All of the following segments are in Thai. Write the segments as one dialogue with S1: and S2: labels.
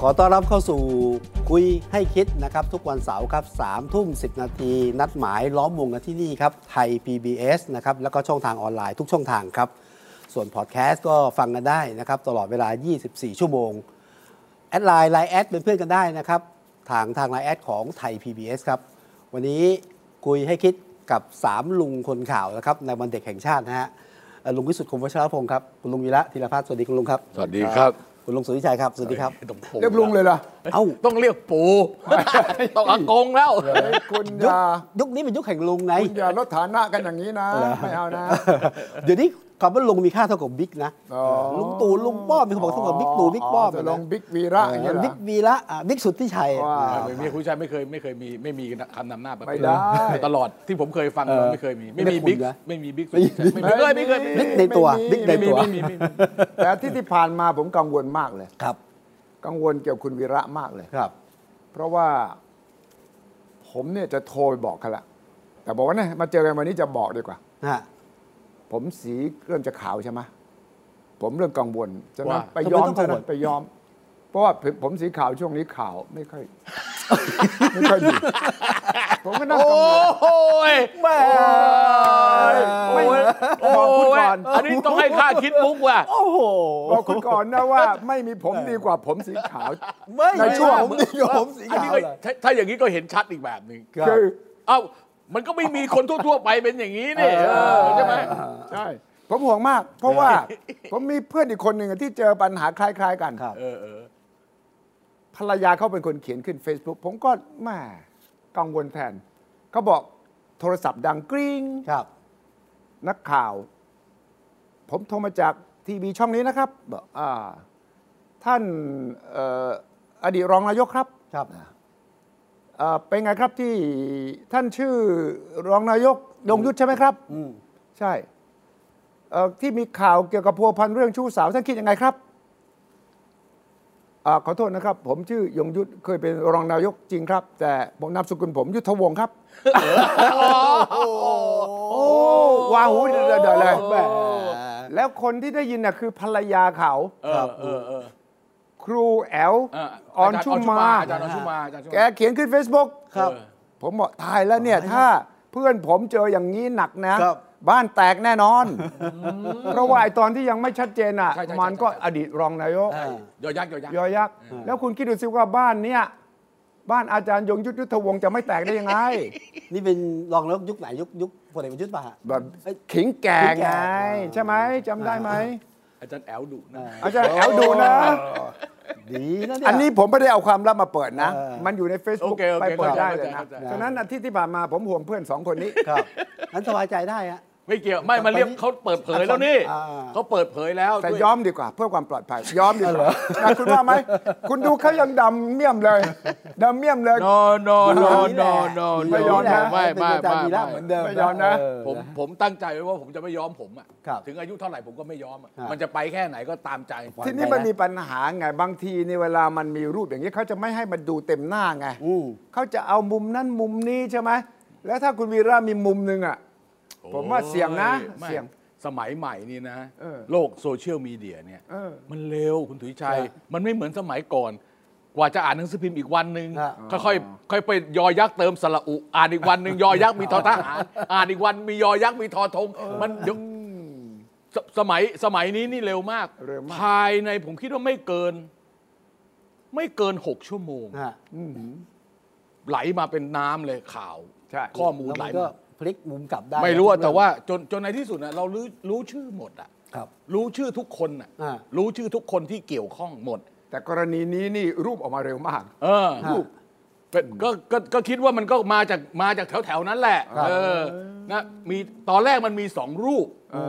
S1: ขอต้อนรับเข้าสู่คุยให้คิดนะครับ ทุกวันเสาร์ครับสามทุ่มสินาที นัดหมายล้อมวงกันที่นี่ครับ ไทย PBS นะครับ แล้วก็ช่องทางออนไลน์ทุกช่องทางครับ ส่วนพอดแคสต์ก็ฟังกันได้นะครับ ตลอดเวลา 24 ชั่วโมง แอดไลน์ไลน์แอดเป็นเพื่อนกันได้นะครับ ทางทางไลน์แอดของไทย PBS ครับ วันนี้คุยให้คิดกับ 3 ลุงคนข่าวนะครับ ในวันเด็กแห่งชาตินะฮะเอ่อลุงวิสุทธิ์คมวัชรพงศ์ครับคุณลุงวีระธีรพัฒน์สวัสดีคุณลุงครับ
S2: สวัสดีครับ
S1: คุณลุงสุทธิชัยครับสวัสดีครับ
S2: ต้องปู่
S3: เรียบลุงเลยเหรอ
S1: เอ้า
S2: ต้องเรียกปู่ ต้องอากงแล้ว
S3: คุณอ
S1: ยุค
S3: ย่า
S1: ยุคนี้เป็นยุคแห่งลุง ไง
S3: คุณอย่าลดฐานะกันอย่างนี้นะ ไม่เอานะ
S1: เดี๋ยวนี้คำว่าลุงมีค่าเท่ากับบิ๊กนะ
S3: อ๋อ
S1: ลุงตู่ลุงป้อมมีคนบอกเท่ากับบิ๊กตู่บิ๊กป้อม
S3: จะ
S1: นะ
S3: ลงบิ๊กวีระ
S1: เอ
S3: อย่าง
S1: อ
S3: เงี้ยเหรอ
S1: บิ๊กวีระอ่ะบิ๊กสุดที่ชัย
S3: ว้าว
S2: เมียคุณชายไม่เคยไม่เคยมีไม่มีคำนำหน้าแบบ
S3: ไม่
S2: นี้
S3: ได้
S2: ตลอดที่ผมเคยฟังมาไม่เคยมี ไม่มีบิ๊กไม่มีบิ๊กไม่มีไม่เคยไม่เคย
S1: บิ๊กในตัว
S3: ไม่มี
S1: บิ๊กในตัว
S2: ไม่มีไม่มีไม่มี
S3: แต่ที่ที่ผ่านมาผมกังวลมากเลย
S1: ครับ
S3: กังวลเกี่ยวกับคุณวีระมากเลย
S1: ครับ
S3: เพราะว่า ผมเนี่ยจะโทรไปบอกเขาละแต่บอกว่าเนี่ยมาเจอกันวันนี้จะบอกดีกว่า
S1: นะฮะ
S3: ผมสีเริ่มจะขาวใช่ไหมผมเริ่มกังวลใช่ไหมไปยอมใช่ไหมไปยอม เพราะว่าผมสีขาวช่วงนี้ขาวไม่ค่อย ไม่ค่อยดีผมก็น่า
S2: โอ้
S3: กังวล
S2: โหย
S1: แม่
S2: โอ้ยโอ้
S3: บอกคุณ
S2: ย
S3: ก่อน
S2: อันนี้ต้องให้ค่าคิดมุกว่ะ
S1: โอ้โห
S3: บอกคุณก่อนนะว่าไม่มีผมดีกว่าผมสีขาว
S1: ไม่
S3: ในช่วง
S1: ผมนี่ผมสี
S2: อัน
S1: ขาว
S2: นี้ก็
S1: เหรอ
S2: ถ้าถ้าอย่างนี้ก็เห็นชัดอีกแบบหนึ่ง
S1: ครับ
S3: คือ
S2: เอ้ามันก็ไม่มีคนทั่วๆไปเป็นอย่างนี้นี่เออใช่ไหม
S3: ใช่ผมห่วงมาก เพราะว่า ผมมีเพื่อนอีกคนหนึ่งอะที่เจอปัญหาคล้าย ๆ กัน
S1: ครับ
S2: เออเออ
S3: ภรรยาเขาเป็นคนเขียนขึ้น Facebook ผมก็แหม่กังวลแทนเขาบอกโทรศัพท์ดังกริ๊ง
S1: ครับ
S3: นักข่าว ผมโทรมาจากทีวีช่องนี้นะครับบอกอ่าท่านเอ่ออดีตรองนายกครับ
S1: ครับ
S3: เอ่อเป็นไงครับที่ท่านชื่อรองนายกยงยุทธใช่ไหมครับ
S1: อืม
S3: ใช่เอ่อที่มีข่าวเกี่ยวกับพัวพันเรื่องชู้สาวท่านคิดยังไงครับอาขอโทษนะครับ ผมชื่อยงยุทธเคยเป็นรองนายกจริงครับ แต่ผมนามสกุลผมยุทธวงศ์ครับ โอ้วางหูเดือดๆเลย
S1: แหม่
S3: แล้วคนที่ได้ยินน่ะคือภรรยาเขา
S2: เออเออเออ
S3: ครูแอล
S2: เออ
S3: ออน
S2: จรย์
S3: ชุมมา
S2: อาจารย์ออนชุมาอาจารย์ออนชุมา
S3: แกเขียนขึ้น Facebook
S1: ครับ
S3: ผมบอกตายแล้วเนี่ย ถ้าเพื่อนผมเจออย่างนี้หนักนะ
S1: ครับ
S3: บ้านแตกแน่นอน เพราะว่าไอ้ตอนที่ยังไม่ชัดเจนอ่ะ
S2: ใช่ใช่ใช่
S3: มันก็อดีตรองนายก
S1: อ่า
S2: ยอยักษ์ยอยักษ์
S3: ยอยักษ์ แล้วคุณคิดดูสิว่าบ้านเนี่ย บ้านอาจารย์ยงยุทธยุทธวงศ์จะไม่แตกได้ ยังไง
S1: นี่เป็นรองนายกยุคไหนยุคยุคพลเอกประยุทธ์ป่ะฮะ
S3: แบบขิงแก่
S1: ขิงแก่
S3: ไง ใช่ไหมจำได้ไหม
S2: อาจารย์แอลดุนะ
S3: อาจารย์แอลดูนะ
S1: ดีนะเนี่ย
S3: อันนี้ผมไม่ได้เอาความลับมาเปิดนะ
S1: เออ
S3: มันอยู่ใน
S2: โอ
S3: Facebook
S2: เคโอ
S3: ไป
S2: เค
S3: เปิด
S2: เข้าใจ
S3: ได้
S2: เข้าใจ
S3: เลยนะ
S2: เข้าใจ
S3: ฉะนั้นอาทิตย์ที่ผ่านมาผมห่วงเพื่อนสองคนนี้
S1: ครับงั้นสบายใจได้ฮะ
S2: ไม่เกี่ยวไม่มาเรียกเขาเปิดเผยแล้วนี่
S1: อ่า
S2: เขาเปิดเผยแล้ว
S3: แต่
S2: ด้วย
S3: อมดีกว่าเพื่อความปลอดภัย ยอมดีกว่านะคุณว่าไหม คุณดูเขายังดำเมี่ยมเลยดำเมี่ยมเลย
S2: โนโนโนโนโน
S3: ไม่ยอมนะ
S2: ไม่ไม่
S1: เป็นอาจารย์วีระ
S2: ไม่
S1: เหมือน
S2: ไม่
S1: เดิม
S3: ไม่ยอมนะ
S1: เอ
S2: ผมผมตั้งใจไว้ว่าผมจะไม่ยอมผมอ่ะ
S1: ครับ
S2: ถึงอายุเท่าไหร่ผมก็ไม่ยอมอะ
S1: ครับ
S2: มันจะไปแค่ไหนก็ตามใจ
S3: ทีนี้มันมีปัญหาไงบางทีในเวลามันมีรูปอย่างนี้เขาจะไม่ให้มันดูเต็มหน้าไง
S1: อืม
S3: เขาจะเอามุมนั้นมุมนี้ใช่ไหมแล้วถ้าคุณวีระมีมุมหนึ่งอ่ะ ผมว่าเสี่ยงนะ
S2: โอ้ไม่
S3: เสี่ยง
S2: สมัยใหม่นี่นะ
S3: เออ
S2: โลกโซเชียลมีเดียเนี่ย
S3: เออ
S2: มันเร็วคุณถุยชัย มันไม่เหมือนสมัยก่อน กว่าจะอ่านหนังสือพิมพ์อีกวันหนึ่ง
S1: อ่ะ
S2: ค่อยค่อยค่อยไปยอยักษ์เติมสระอุ อ่านอีกวันหนึ่งยอยักษ์มีทอทหารอ่านอีกวันมียอยักษ์มีทอทง มันเดี๋ยวสสมัยสมัยนี้นี่เร็วมาก
S3: เร็วมาก
S2: ภายในผมคิดว่าไม่เกิน ไม่เกินหกชั่วโมง
S1: ฮะ
S2: ไหลมาเป็นน้ำเลยข่าว
S3: ใช่
S2: ข้อมูลไหล
S1: แล้วนก็
S2: มา
S1: พลิกมุมกลับได้
S2: ไม่รู้อะแต่ว่าจนจนในที่สุดอะเรารู้รู้ชื่อหมดอะ
S1: ครับ
S2: รู้ชื่อทุกคนอะ
S1: อ่า
S2: รู้ชื่อทุกคนที่เกี่ยวข้องหมด
S3: แต่กรณีนี้นี่รูปออกมาเร็วมาก
S2: เออ
S1: ฮะ
S2: เป็นก็ก็ก็คิดว่ามันก็มาจากมาจากแถวแถวๆนั้นแหละเออนะมีตอนแรกมันมีสองรูป
S3: เออ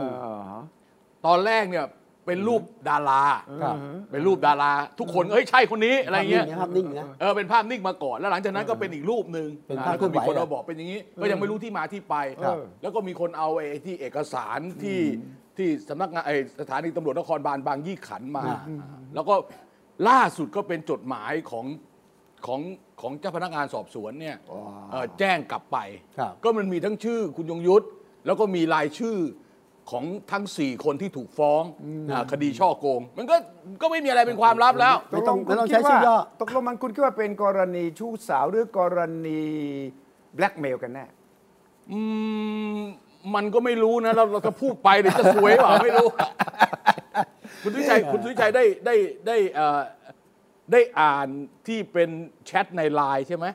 S2: ตอนแรกเนี่ย เป็นรูปดารา
S1: ครับ
S2: เป็นรูปดารา ทุกคนเอ้ยใช่คนนี้อะไรเงี้ย
S1: ภาพนิ่งนะครับ
S2: เออเป็นภาพนิ่งมาก่อนแล้วหลังจากนั้นก็เป็นอีกรูปหนึ่ง
S1: เป็นภาพ
S2: แล้วก็มีคน
S1: เคลื่อนไหว
S2: เอาบอกเป็นอย่างนี้ ก็ยังไม่รู้ที่มาที่ไป
S1: ครับ
S2: แล้วก็มีคนเอาไอ้ที่เอกสารที่ที่สำนักงานไอ้สถานีตำรวจนครบาลบางยี่ขันมา
S1: อ่า
S2: แล้วก็ล่าสุดก็เป็นจดหมายของของของเจ้าพนักงานสอบสวนเนี่ยเอ่อแจ้งกลับไป
S1: ครับ
S2: ก็มันมีทั้งชื่อคุณยงยุทธแล้วก็มีรายชื่อของทั้ง 4 คนที่ถูกฟ้องอ่าคดีช่อโกง มันก็ก็ไม่มีอะไรเป็นความลับแล้ว
S1: ไม่ต้อง
S3: คุณ
S1: ไม่ต้อง
S3: คิด
S1: ใช้ชื่อย่อ
S3: ว่าตกลงมันคุณคิดว่าเป็นกรณีชู้สาวหรือกรณีแบล็กเมลกันแน่
S2: อืมมันก็ไม่รู้นะเราเราจะพูดไปเดี๋ยวจะสวยเปล่าไม่รู้ คุณสุวิชัยคุณสุวิชัยได้ได้ได้เอ่อได้อ่านที่เป็นแชทในไลน์ใช่ไหม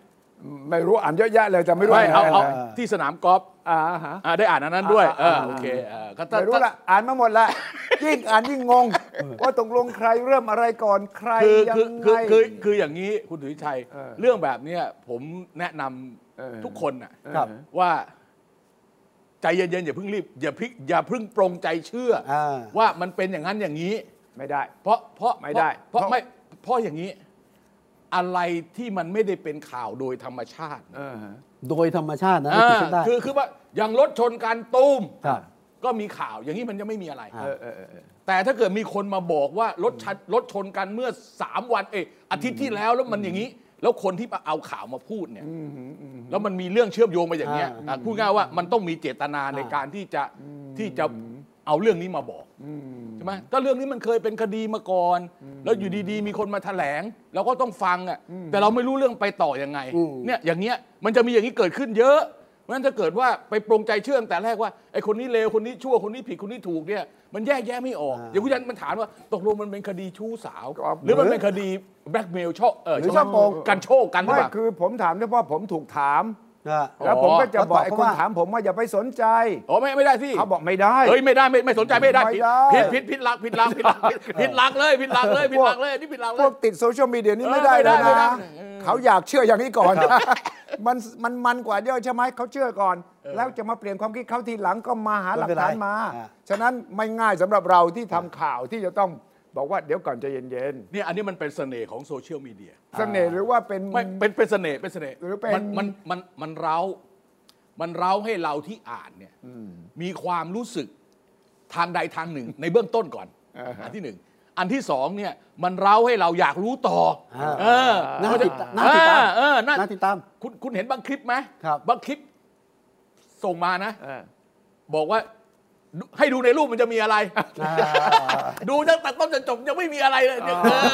S3: ไม่รู้อ่านเยอะแยะเลยแต่ไม่รู้
S2: ไม่
S3: น
S2: เอาเอา
S3: ะไร
S2: ที่สนามกอล์ฟ
S3: อ่าฮะ
S2: อ่าได้อ่านอันนั้นด้วยเออโอเคเออก็ถ้า
S3: ไม่รู้ละอ่านมาหมดละยิ่งอ่านยิ่งงง ว่าตกลงใครเริ่มอะไรก่อนใคร
S2: คือ
S3: ยัง
S2: คือ
S3: ไง
S2: คือคือคืออย่างนี้คุณสุวิชัย
S3: เออ
S2: เรื่องแบบเนี้ยผมแนะนำ
S3: เออ
S2: ทุกคนน่ะ
S1: ครับ
S2: ว่าใจเย็นๆอย่าเพิ่งรีบอย่าพลิกอย่าเพิ่งปรงใจเชื่ออา ว่ามันเป็นอย่างนั้นอย่างนี้
S3: ไม่ได้
S2: เพราะเพราะ
S3: ไม่ได้
S2: เพราะ
S3: เพราะ
S2: ไม่เพราะอย่างนี้ อะไรที่มันไม่ได้เป็นข่าวโดยธรรมชาติ
S3: เออฮะ
S1: โดยธรรมชาตินะ
S2: อ่า
S1: คิดเส้นได้
S2: คือคือว่าอย่างรถชนกันตูม
S1: ครับ
S2: ก็มีข่าวอย่างนี้มันจะไม่มีอะไร
S1: อ่า
S2: แต่ถ้าเกิดมีคนมาบอกว่ารถชนรถชนกันเมื่อ 3 วันเอยอาทิตย์ที่แล้วแล้วมันอย่างนี้ แล้วคนที่มาเอาข่าวมาพูดเนี่ยแล้วมันมีเรื่องเชื่อมโยงมาอย่างเงี้ย
S1: อ่า
S2: อ่ะพูดง่ายว่ามันต้องมีเจตนาในการที่จะที่จะเอาเรื่องนี้มาบอก ใช่ไหมก็เรื่องนี้มันเคยเป็นคดีมาก่อน แล้วอยู่ดีๆ มีคนมาแถลงเราก็ต้องฟังอ่ะแต่เราไม่รู้เรื่องไปต่อยังไงเนี่ยอย่างเงี้ยมันจะมีอย่างนี้เกิดขึ้นเยอะเพราะฉะนั้นถ้าเกิดว่าไปปรงใจเชื่อตั้งแต่แรกว่าไอ้คนนี้เลวคนนี้ชั่วคนนี้ผิดคนนี้ถูกเนี่ยมันแยกแยะไม่ออก อย่างคุณยันมันถามว่าตกลงมันเป็นคดีชู้สาว
S3: ครับ
S2: หรือมันเป็นคดีแบล็กเมลช่อเออ
S3: หรือช่อโกง
S2: กันโชคกันหรือ
S3: ไม่
S2: เปล่า
S3: คือผมถามเนี่ยเพราะผมถูกถาม
S1: อ่า
S3: แล้วผมก็จะ
S1: อ๋อ
S3: บอกไอ้
S1: ก็ตอบ
S3: คน
S1: ว่า
S3: ถามผมว่าอย่าไปสนใจ
S2: อ๋อไม่ไม่ได้สิ
S3: เขาบอกไม่ได้
S2: เฮ้ยไม่ได้ไม่ไม่สนใจไม่ได้
S3: ไม่
S2: ผิด
S3: ได้
S2: ผิดผิดผิดหลักผิดหลักผิดหลักผิดหลักเลยผิดหลักเลยผิดหลักเลยนี่ผิดหลัก
S3: พ
S2: เล
S3: วย กติดโซเชียลมีเดียนี่
S2: เออ
S3: ไม่ได้
S2: ไม่ได้
S3: เลย
S2: ไม่ได้
S3: นะ
S2: เออ
S3: เขาอยากเชื่ออย่างนี้ก่อน มันมันมันกว่าเยอะใช่ไหมเขาเชื่อก่อน แล้วจะมาเปลี่ยนความคิดเขาทีหลังก็มาหาหลักฐานมา
S1: อ่า
S3: ฉะนั้นไม่ง่ายสำหรับเราที่ทำข่าวที่จะต้องบอกว่าเดี๋ยวก่อนใจะเย็น
S2: เนี่ยอันนี้มันเป็นเสน่ห์ของโซเชียลมีเดีย
S3: ๆเสน่ห์หรือว่าเป็น
S2: ไม่เป็นเป็นเสน่ห์เป็นเสน่ห์
S3: หรือเป็น
S2: มันมันมันมันเร้ามันเร้าให้เราที่อ่านเนี่ยมีความรู้สึกทางใดทางหนึ่ง ในเบื้องต้นก่อนอันที่หนึ่งอันที่สองเนี่ยมันเร้าให้เราอยากรู้ต่ออา เออ
S1: น่าติดตาม
S2: เอ
S1: น่าติดตาม
S2: อเออน่า
S1: น่าติดตาม
S2: คุณคุณเห็นบางคลิปไหม
S1: ครับ
S2: บางคลิปส่งมานะ
S3: เออ
S2: บอกว่าดูให้ดูในรูปมันจะมีอะไร
S1: อ่า
S2: ดูตั้งแต่ต้นจนจบยังไม่มีอะไรเลยเนี่ยเออ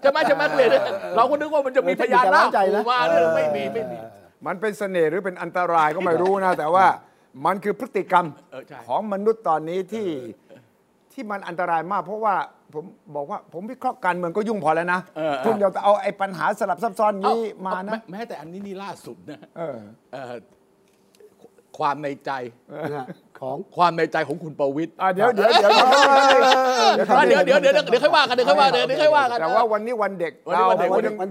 S2: ใช่ไหมใช่ไหมเกรดเราก็นึกว่ามันจะมีพยานหน้า
S1: ใจนะ
S2: ปู่มาเรื่องไม่มีไม่มี
S3: มันเป็นเสน่ห์หรือเป็นอันตรายก็ไม่รู้นะ แต่ว่ามันคือพฤติกรรม
S2: เออใช่
S3: ของมนุษย์ตอนนี้ที่ที่มันอันตรายมาก เพราะว่าผมบอกว่าผมวิเคราะห์การเมืองก็ยุ่งพอแล้วนะคุณเดี๋ยวเอาไอ้ปัญหาสลับซับซ้อน
S2: เอ้
S3: นี้มา
S2: แ
S3: นะ
S2: แม้แต่อันนี้นี่ล่าสุดนะ
S3: เออ
S2: เอ่อความในใจ
S1: นะของ
S2: ความในใจของคุณประวิตร
S3: อ่ะเดี๋ยวเดี๋ยวเดี๋ยว
S2: อ่ะเดี๋ยวเดี๋ยวเดี๋ยวเดี๋ยวเดี๋ยวค่อยว่ากันเดี๋ยวค่อยว่ากันเดี๋ยวค่อยว่ากัน
S3: แต่ว่าวันนี้วันเด็ก
S2: วันนี้วันเด็ก
S3: พู
S2: วั
S3: ด
S2: นเ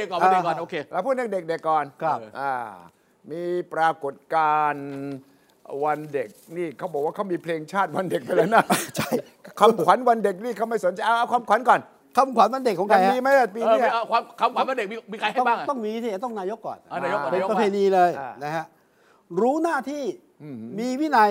S2: ด็ก
S1: วันด็ก
S3: เรา
S2: เอาเอาวัน
S3: พูดเรื่องเด็กเด็
S2: เด็กก่อน
S3: ก
S2: วันเด็กก่อนโอเค
S3: เราพูดเรื่องเด็กเด็กๆก่อน
S1: ครับ
S3: อ่ามีปรากฏการณ์วันเด็กนี่เขาบอกว่าเขามีเพลงชาติวันเด็กไปแล้วนะใช่ คำขวัญวันเด็กนี่เขาไม่สนใจเอาเอาคำขวัญก่อน
S1: คำขวัญวันเด็กของใคร
S3: มัน
S1: ฮะ
S3: มีไหมอ่ะปี
S2: เออ
S3: เนี้
S2: ไม่
S3: ย
S2: เอาความคำขวัญวันเด็กมีมีใครให้
S1: ต้อง
S2: บ้างอ่ะ
S1: ต้องมีที่ต้องนายกก่อน
S2: อ่านายกก่อ
S1: เป็น
S2: นายก
S1: ประเพ
S2: ว่า
S1: ณีเลย
S3: อ่าน
S1: นะฮะรู้หน้าที่มีวินัย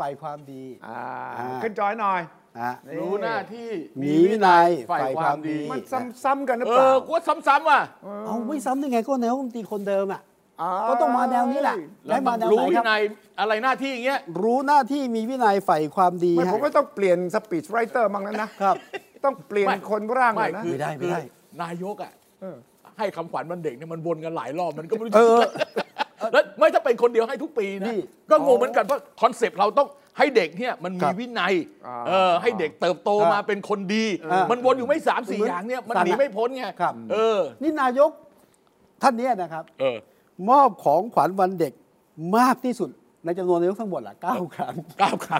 S1: ฝ่ายความดี
S3: อ่า
S1: อ่า
S3: ขึ้นจอยหน่อย
S1: นะฮะ
S3: นี่
S2: รู้หน้าที่
S1: มีวินัย
S2: ฝ่ายความดี
S1: ฝ่ายควา
S3: มันซ้ำๆกันหรือ
S2: เอ
S3: เปล่า
S2: อกูว่าซ้ำๆว่ะ
S1: เอาไม่ซ้ำได้ไงก็แนวรัฐมนตรีคนเดิมอ่ะ
S3: า
S1: ก็ต้องมาแนวนี้แหละและ
S2: แล้ว
S1: มาแนว
S2: รู้
S1: ไหน
S2: วิ
S1: ครับ
S2: นัยอะไรหน้าที่อย่างเงี้ย
S1: รู้หน้าที่มีวินัยฝ่ายความดี
S3: ไม่
S1: ฮะ
S3: ผมก็ต้องเปลี่ยนสปีชไรเตอร์มั้งแล้วนะครับ ต้องเปลี่ยน
S2: ไม่
S3: คนร่างหน่
S2: ไม่
S3: อยนะ
S2: คือ
S1: ไม่ได้ไม่
S2: คือ
S1: ได้
S2: นายกอ่ะ
S3: เออ
S2: ให้คำขวัญวันเด็กเนี่ยมันวนกันหลายรอบมันก็ไม่รู้
S1: เออ
S2: แล้วไม่ถ้าเป็นคนเดียวให้ทุกปี
S1: นี่
S2: นะก็งงเหมือนกันเพราะคอนเซปต์เราต้องให้เด็กเนี่ยมัน
S1: ครั
S2: มี
S1: บ
S2: วินัย
S3: อ่า
S2: เออให้เด็กเติบโต
S1: ครับ
S2: มาเป็นคนดี
S1: อ่ามั
S2: มันวนอยู่ไม่สามสี่อย่างเนี่ยมัน
S1: สาม
S2: หนีไม่พ้นไง
S1: ครับ
S2: เออ
S1: นี่นายกท่านเนี้ยนะครับ
S2: เออ
S1: มอบของขวัญวันเด็กมากที่สุด ในจำนวนนายกทั้งหมดละเก้าครั้ง
S2: ก้าวขา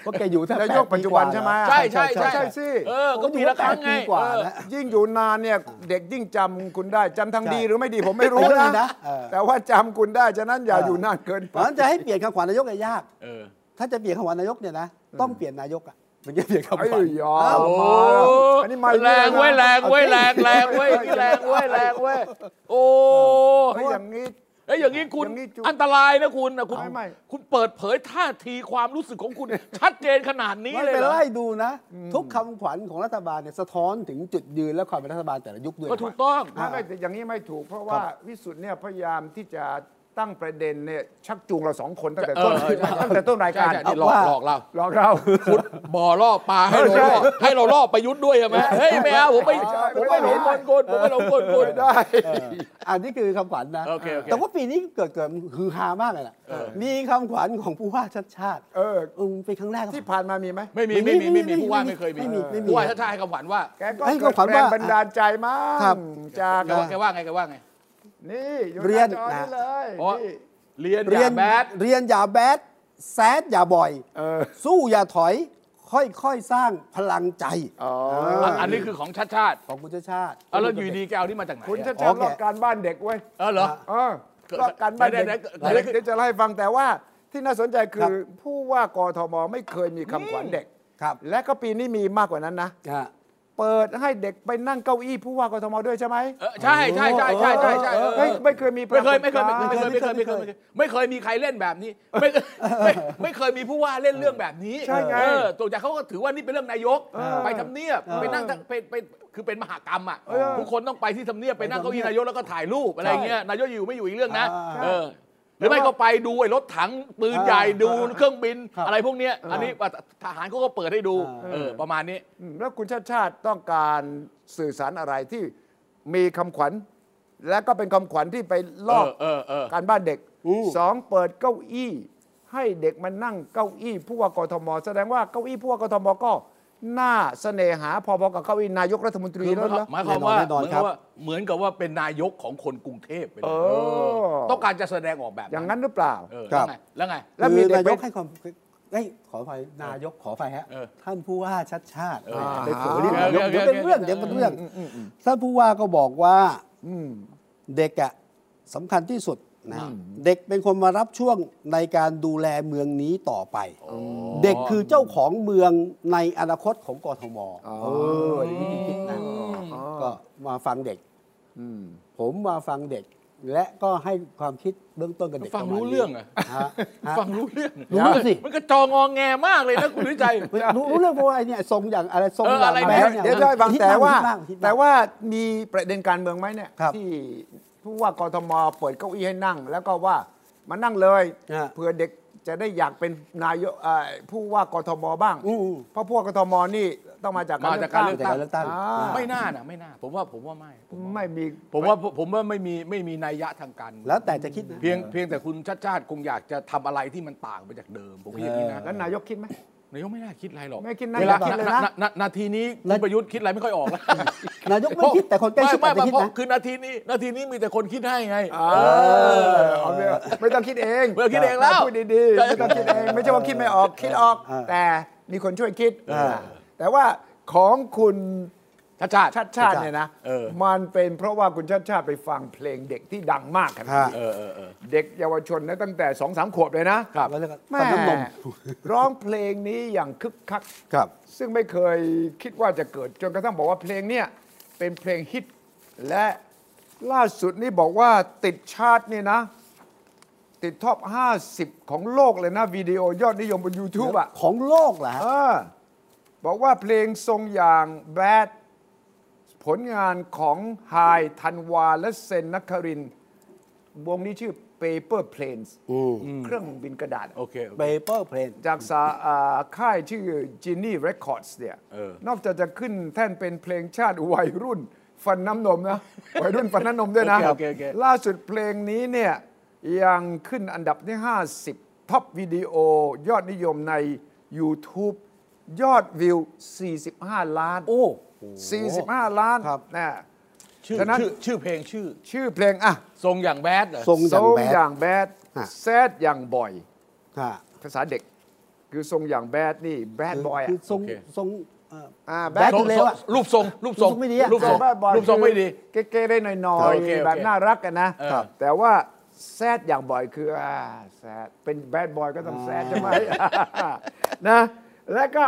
S1: เพราะแกอยู่แทบ
S3: นายก
S1: แดปี
S3: ปัจจุบัน
S1: กว่า
S3: ใช่ไหม
S1: แล้ว
S2: ใช่ใช่ใช่
S3: ใช่สิ
S2: เออก็ปีละครั้งไง
S1: อยู่แปดปีกว่า
S2: เออ
S1: นะ
S3: ยิ่งอยู่นานเนี่ยเด็กยิ่งจำคุณได้จำทาง
S1: ใช่
S3: ดีหรือไม่ดีผมไม่รู้
S1: ไอ้เรื่องนี้
S3: นะ
S1: นะเออ
S3: แต่ว่าจำคุณได้ฉะนั้นอย่าอยู่นานเกิน
S1: เพ
S3: ไป
S1: ราะฉะนั้นจะให้เปลี่ยนคำขวัญนายกเนี่ยยาก
S2: เออ
S1: ถ้าจะเปลี่ยนคำขวัญนายกเนี่ยนะต้องเปลี่ยนนายกอะ มันเกี่ยวกับ
S3: ไอ้
S1: ขวัญ
S3: ยอมมาแล้วอันนี้มา
S2: แรงเว้ยแรงเว้ย
S3: อา
S2: แรงแรง
S3: ที่
S2: เว้ย
S3: อาที่
S2: แรงเว้ยแรงเว้ยโอ้
S3: เฮ้ยอย่างนี้
S2: ไอ้ยอย่างนี้คุณ
S3: อย่างนี้จุ
S2: อันตรายนะคุณนะคุณ
S3: ไม่ไม่
S2: คุณเปิดเผยท่าทีความรู้สึกของคุณ ชัดเจนขนาดนี้
S1: ไม่
S2: เลย
S1: ไป
S2: เหรอ
S1: ไล่ดูนะ ทุกคำขวัญของรัฐบาลเนี่ยสะท้อนถึงจุดยืนและความเป็นรัฐบาลแต่ละยุคด้วย
S2: ก็ถูกต้อง
S3: ไม่ไม่แต่อย่างนี้ไม่ถูก เพราะว่าวิสุทธ์เนี่ยพยายามที่จะตั้งประเด็นเนี่ยชักจูงเราสองคนตั้งแต่ต้น
S2: เออใช่
S3: ตั้งแต่ต้นรายการ
S2: ใช่ๆนี่หลอก
S1: ว่า
S2: หลอกเรา
S3: หลอกเรา
S2: บ่อล่อปลาให้เราล่อให้เราล่อประยุทธ์ด้วยใช่ไหมเฮ้ยไม่เอาผมไม่
S3: ไม่ได้
S2: ผมไม่หลงกลกลผมไม่หลงกลกล
S3: ได้
S1: เอออันนี้คือคำขวัญนะ
S2: โอเคโอเค
S1: แต่ว่าปีนี้เกิดเกิดฮือฮามากเลยล่ะมีคำขวัญของผู้ว่าชัดชาติ
S3: เออ
S1: เออเป็นครั้งแรกครับ
S3: ที่ผ่านมามีไหม
S2: ไม่มี
S1: ไม่
S2: ไม่
S1: มี
S2: มี
S1: ไม่
S2: ไม่
S1: มี
S2: มีผู้ว่าไม่เคยมี
S1: ไม่มีไม่มี
S2: ผู้ว่าชาติชาติให้คำขวัญว่า
S3: แกก็
S1: ให้
S3: เกิด
S1: ความ
S3: แร
S1: ว่าง
S3: บันดาลใจมา
S1: ครับ
S3: กจาก
S2: แกว่าแกว่าไงแกว่าไง
S3: นี่อยู่
S1: เรี
S3: เรี
S1: ย
S3: ย
S1: น
S3: น
S1: นะ
S3: เลย
S2: เพราะ
S3: นี่
S2: เรียนอ
S1: เรีย
S2: ย่าน แบด
S1: เรียนอย่าแบดแซดอย่าบ่อย
S3: เออ
S1: สู้อย่าถอย ค่อยๆสร้างพลังใจ
S3: อ๋อ
S1: า
S2: อันนี้คือของชาติชาติ
S1: ของคุณชาติชาติ
S2: เอาแล้วอยู่ดีแกเอานี่มาจากไหน
S3: คุณ
S2: อะ
S3: ชัด
S1: อ๋
S3: ชา
S1: อแก
S3: ติลอกการบ้านเด็กเว้ย
S2: เออเหรอ
S3: เออ
S2: เกิด
S3: รอบการบ้าน
S2: ได้
S3: เด็ก
S2: ได้ได้ได้
S3: เดี๋ยวเดี๋ยวจะเล่าให้ฟังแต่ว่าที่น่าสนใจคื
S1: ครั
S3: อบ ผู้ว่ากทมไม่เคยมีคำขวัญเด็ก
S1: ครับ
S3: และก็ปีนี้มีมากกว่านั้นนะ
S1: อ่ะ
S3: เปิดให้เด็กไปนั่งเก้าอี้ผู้ว่ากทมด้วยใช่ไหม
S2: เออใช่ใช่ใช่ใช่ใช่ใช่เออ
S3: เฮ้ยไม่เคยมีป
S2: ไม่
S3: ราก
S2: เคย
S3: ฏ
S2: ไม่เคย
S3: การณ์
S2: ไม่เคยไม่เคยไม่เคยไม่เคยไม่เคยไม่เคยไม่เคยไม่เคยไม่เคยมีใครเล่นแบบนี้ ไม่เคยไม่ไม่เคยมีผู้ว่าเล่นเรื่องแบบนี้
S3: ใช่ไง
S2: เออตัวจากเขาก็ถือว่านี่เป็นเรื่องนายก ไปทำเนียบไปนั่งทั้งไปไปคือเป็นมหากรรมอ่ะทุกคนต้องไปที่ทำเนียบไปนั่งเก้าอี้นายกแล้วก็ถ่ายรูปอะไรอย่างเงี้ยนายกอยู่ไม่อยู่อีกเรื่องนะ
S1: อ่า
S2: เออหรือไม่ก็ไปดูไอ้รถถังปืนใหญ่
S1: อ่า
S2: ดูเครื่องบิน
S1: ครับ
S2: อะไรพวกเนี้ยอันนี้ทหารเขาก็เปิดให้ดู
S1: อ่า
S2: เออประมาณนี้
S3: อืมแล้วคุณชาติชาติต้องการสื่อสารอะไรที่มีคำขวัญ และก็เป็นคำขวัญที่ไปลอก
S2: เออเออเออ
S3: การบ้านเด็กสองเปิดเก้าอี้ ให้เด็กมานั่งเก้าอี้ผู้ว่ากทม แสดงว่าเก้าอี้ผู้ว่ากทมก็น่าเสน่หาพอๆกับเก้าอี้นายกรัฐมนตรี
S2: คือ
S3: แล้วเหรอ
S2: หมายความว่า
S1: แน่
S2: เห
S1: นอน
S2: มือน
S1: ครั
S2: กับบ ว่าเหมือนกับว่าเป็นนายกของคนกรุงเทพไปเลย
S3: เออ
S2: ต้องการจะแสดงออกแบบ
S3: อย่างนั้นหรือเปล่า
S2: เออ
S1: ครับ
S2: แล้วไงแล้วไง
S3: แล้วมี
S1: คือ
S3: เด็
S1: นาย
S3: กไป
S1: กให้ความเอ้ยขออภัยนายกขออภัยฮะ
S2: เออ
S1: ท่านผู้ว่าชัดชาติ
S2: เออ
S1: ไปเผยเรื่องนายก
S2: โอเค
S1: เดี๋ยวเป็น
S2: โอเค
S1: เรื่องเดี๋ยวเป็นเรื่องท่านผู้ว่าก็บอกว่าเด็กอะสำคัญที่สุดนะเด็กเป็นคนมารับช่วงในการดูแลเมืองนี้ต่อไป เด็กคือเจ้าของเมืองในอนาคตของกทมเอออย่างนี้คิดนะก็มาฟังเด็ก
S3: อืม
S1: ผมมาฟังเด็ก และก็ให้ความคิดเบื้องต้นกับเด็ก
S2: ฟัง
S1: ปะมาณ
S2: รู้
S1: นี้
S2: เรื่องอะ
S1: ฮะฮะ
S2: ฟังรู้เรื่อง
S1: รู้สิ
S2: มันก็จองงอแงมากเลยนะคุณวิจัย
S1: รู้รู้เรื่องเพราะว่าไอ้เนี่ยทรงอย่างอะไรทรง
S2: เออ
S1: อย่าง
S2: อะไร
S1: แบบนี่
S3: เดี๋ยวเดี๋ยวได้ฟัง
S1: ฮิต
S3: แต่
S1: มก
S3: ว่า
S1: ฮิตมกฮิตมก
S3: แต่ว่ามีประเด็นการเมืองไหมเนี่ย
S1: ครับ
S3: ที่ผู้ว่ากทมเปิดเก้าอี้ให้นั่ง แล้วก็ว่ามานั่งเลย
S1: ฮะ
S3: เผื่อเด็กจะได้อยากเป็นนายกเอ่อผู้ว่ากทมบ้าง
S1: อืมอืม
S3: เพราะผู้ว่ากทมนี่ต้องมาจาก
S2: มาจากการเลือกตั้ง
S1: เลือกตั้ง
S3: อ่า
S2: ไม่น่านะไม่น่าผมว่าผมว่าไม่ผมว่า
S3: ไม่มี
S2: ผมว่าผมว่าไม่มีไม่มีนัยยะทางการเมือง
S1: แล้วแต่จะคิดนะ
S2: เพียงเพียงแต่คุณชาติชาติคงอยากจะทำอะไรที่มันต่างไปจากเดิม ผมคิดอย่างนี้นะ
S3: แล้วนายกคิดไหม
S2: นายกไม่น่าคิดอะไรหรอก
S3: ไม่คิดนะ
S2: เวลา
S3: อย่าคิดเลยนะ
S2: าานาทีนี้คุณประยุทธ์คิดอะไรไม่ค่อยออกแล้ว
S1: นายกไม่คิดแต่คนใกล้ชิด
S2: ไม่
S1: อาจจะ
S2: ไม่
S1: คิด
S2: เพรา
S1: นะ
S2: คือนาทีนี้นาทีนี้มีแต่คนคิดให้ไง
S3: เออเอาเถอะไม่ต้องคิดเอง
S2: เมื่อคิดเองแล้ว
S3: พูดดีๆไม่ต้องคิดเองไม่ใช่ว่าคิดไม่ออกคิดออก
S1: เออ
S3: แต่มีคนช่วยคิด
S1: เออ
S3: แต่ว่าของคุณ
S2: ชาติชาติ
S3: ชาติชาติเนี่ยนะ
S2: เออ
S3: มันเป็นเพราะว่าคุณชาติชาติไปฟังเพลงเด็กที่ดังมากขนาด
S2: เอ
S3: นี้
S2: อเออเออ
S3: เด็กเยาวชนนะตั้งแต่สองสามขวบเลยนะครับ
S1: แล้วก็
S3: แม่
S1: ตัดน้ำนม
S3: ร้องเพลงนี้อย่างคึกคัก
S1: ครับ
S3: ซึ่งไม่เคยคิดว่าจะเกิด จนกระทั่งบอกว่าเพลงเนี่ยเป็นเพลงฮิต และล่าสุดนี่บอกว่าติดชาตินี่นะ ติดท็อป 50 ของโลกเลยนะ วิดีโอยอดนิยมบน YouTube อ่ะ
S1: ของโลกเหรอฮะ
S3: เออบอกว่าเพลงทรงอย่าง Bad ผลงานของไฮทันวา และเซนนักครินทร์วงนี้ชื่อ Paper Planes
S1: อืม
S3: เครื่องบินกระดาษ
S2: โอเคโอเค
S1: paper plane
S3: จากสาอ่าค่ายชื่อ Genie Records เนี่ย
S2: เออ
S3: นอกจากจะขึ้นแท่นเป็นเพลงชาติวัยรุ่น ฟันน้ำนมนะ วัยรุ่นฟันน้ำนมด้วยนะ
S2: โอเคโอเคโอเค
S3: ล่าสุดเพลงนี้เนี่ยยังขึ้นอันดับที่ 50 ท็อปวิดีโอยอดนิยมใน YouTube ยอดวิว 45 ล้าน
S1: โอ้
S3: 45 ล้าน
S1: ครับ
S3: นะ
S2: ชื่อ
S3: ฉะนั้น
S2: ชื่อชื่อเพลงชื่อ
S3: ชื่อเพลงอ่ะ
S2: ทรงอย่างแบดเหรอ
S1: ทรงอ
S3: ท
S1: ย่าง
S3: รง
S1: แบด
S3: อย่างแบด
S1: ฮะ
S3: แซดอย่างบ่อย
S1: ค่ะ
S3: ภาษาเด็ก คือทรงอย่างแบดนี่แบดบอย
S1: คือ
S3: อ่ะ
S1: ทรงทรงเอ่อ
S3: อ่าแบ
S1: แบ
S3: ด
S1: ด
S2: ทรง
S1: เลวอะ
S2: ทรงรูปทรงรูปทรง
S1: รูปทรงไม่ดีอะ
S2: รูปทรง
S3: แบดบอย
S2: รูปทรงไม่ดี
S3: เก๊ๆได้หน่
S2: โอ
S3: อ
S2: เค
S3: ย
S2: โอเค
S3: ๆ แบบน่ารักกันนะ
S2: เออครับ
S3: แต่ว่าแซดอย่างบ่อยคืออ่าแซดเป็นแบดบอยก็ต้องแซดใช่ไหม นะ แล้วก็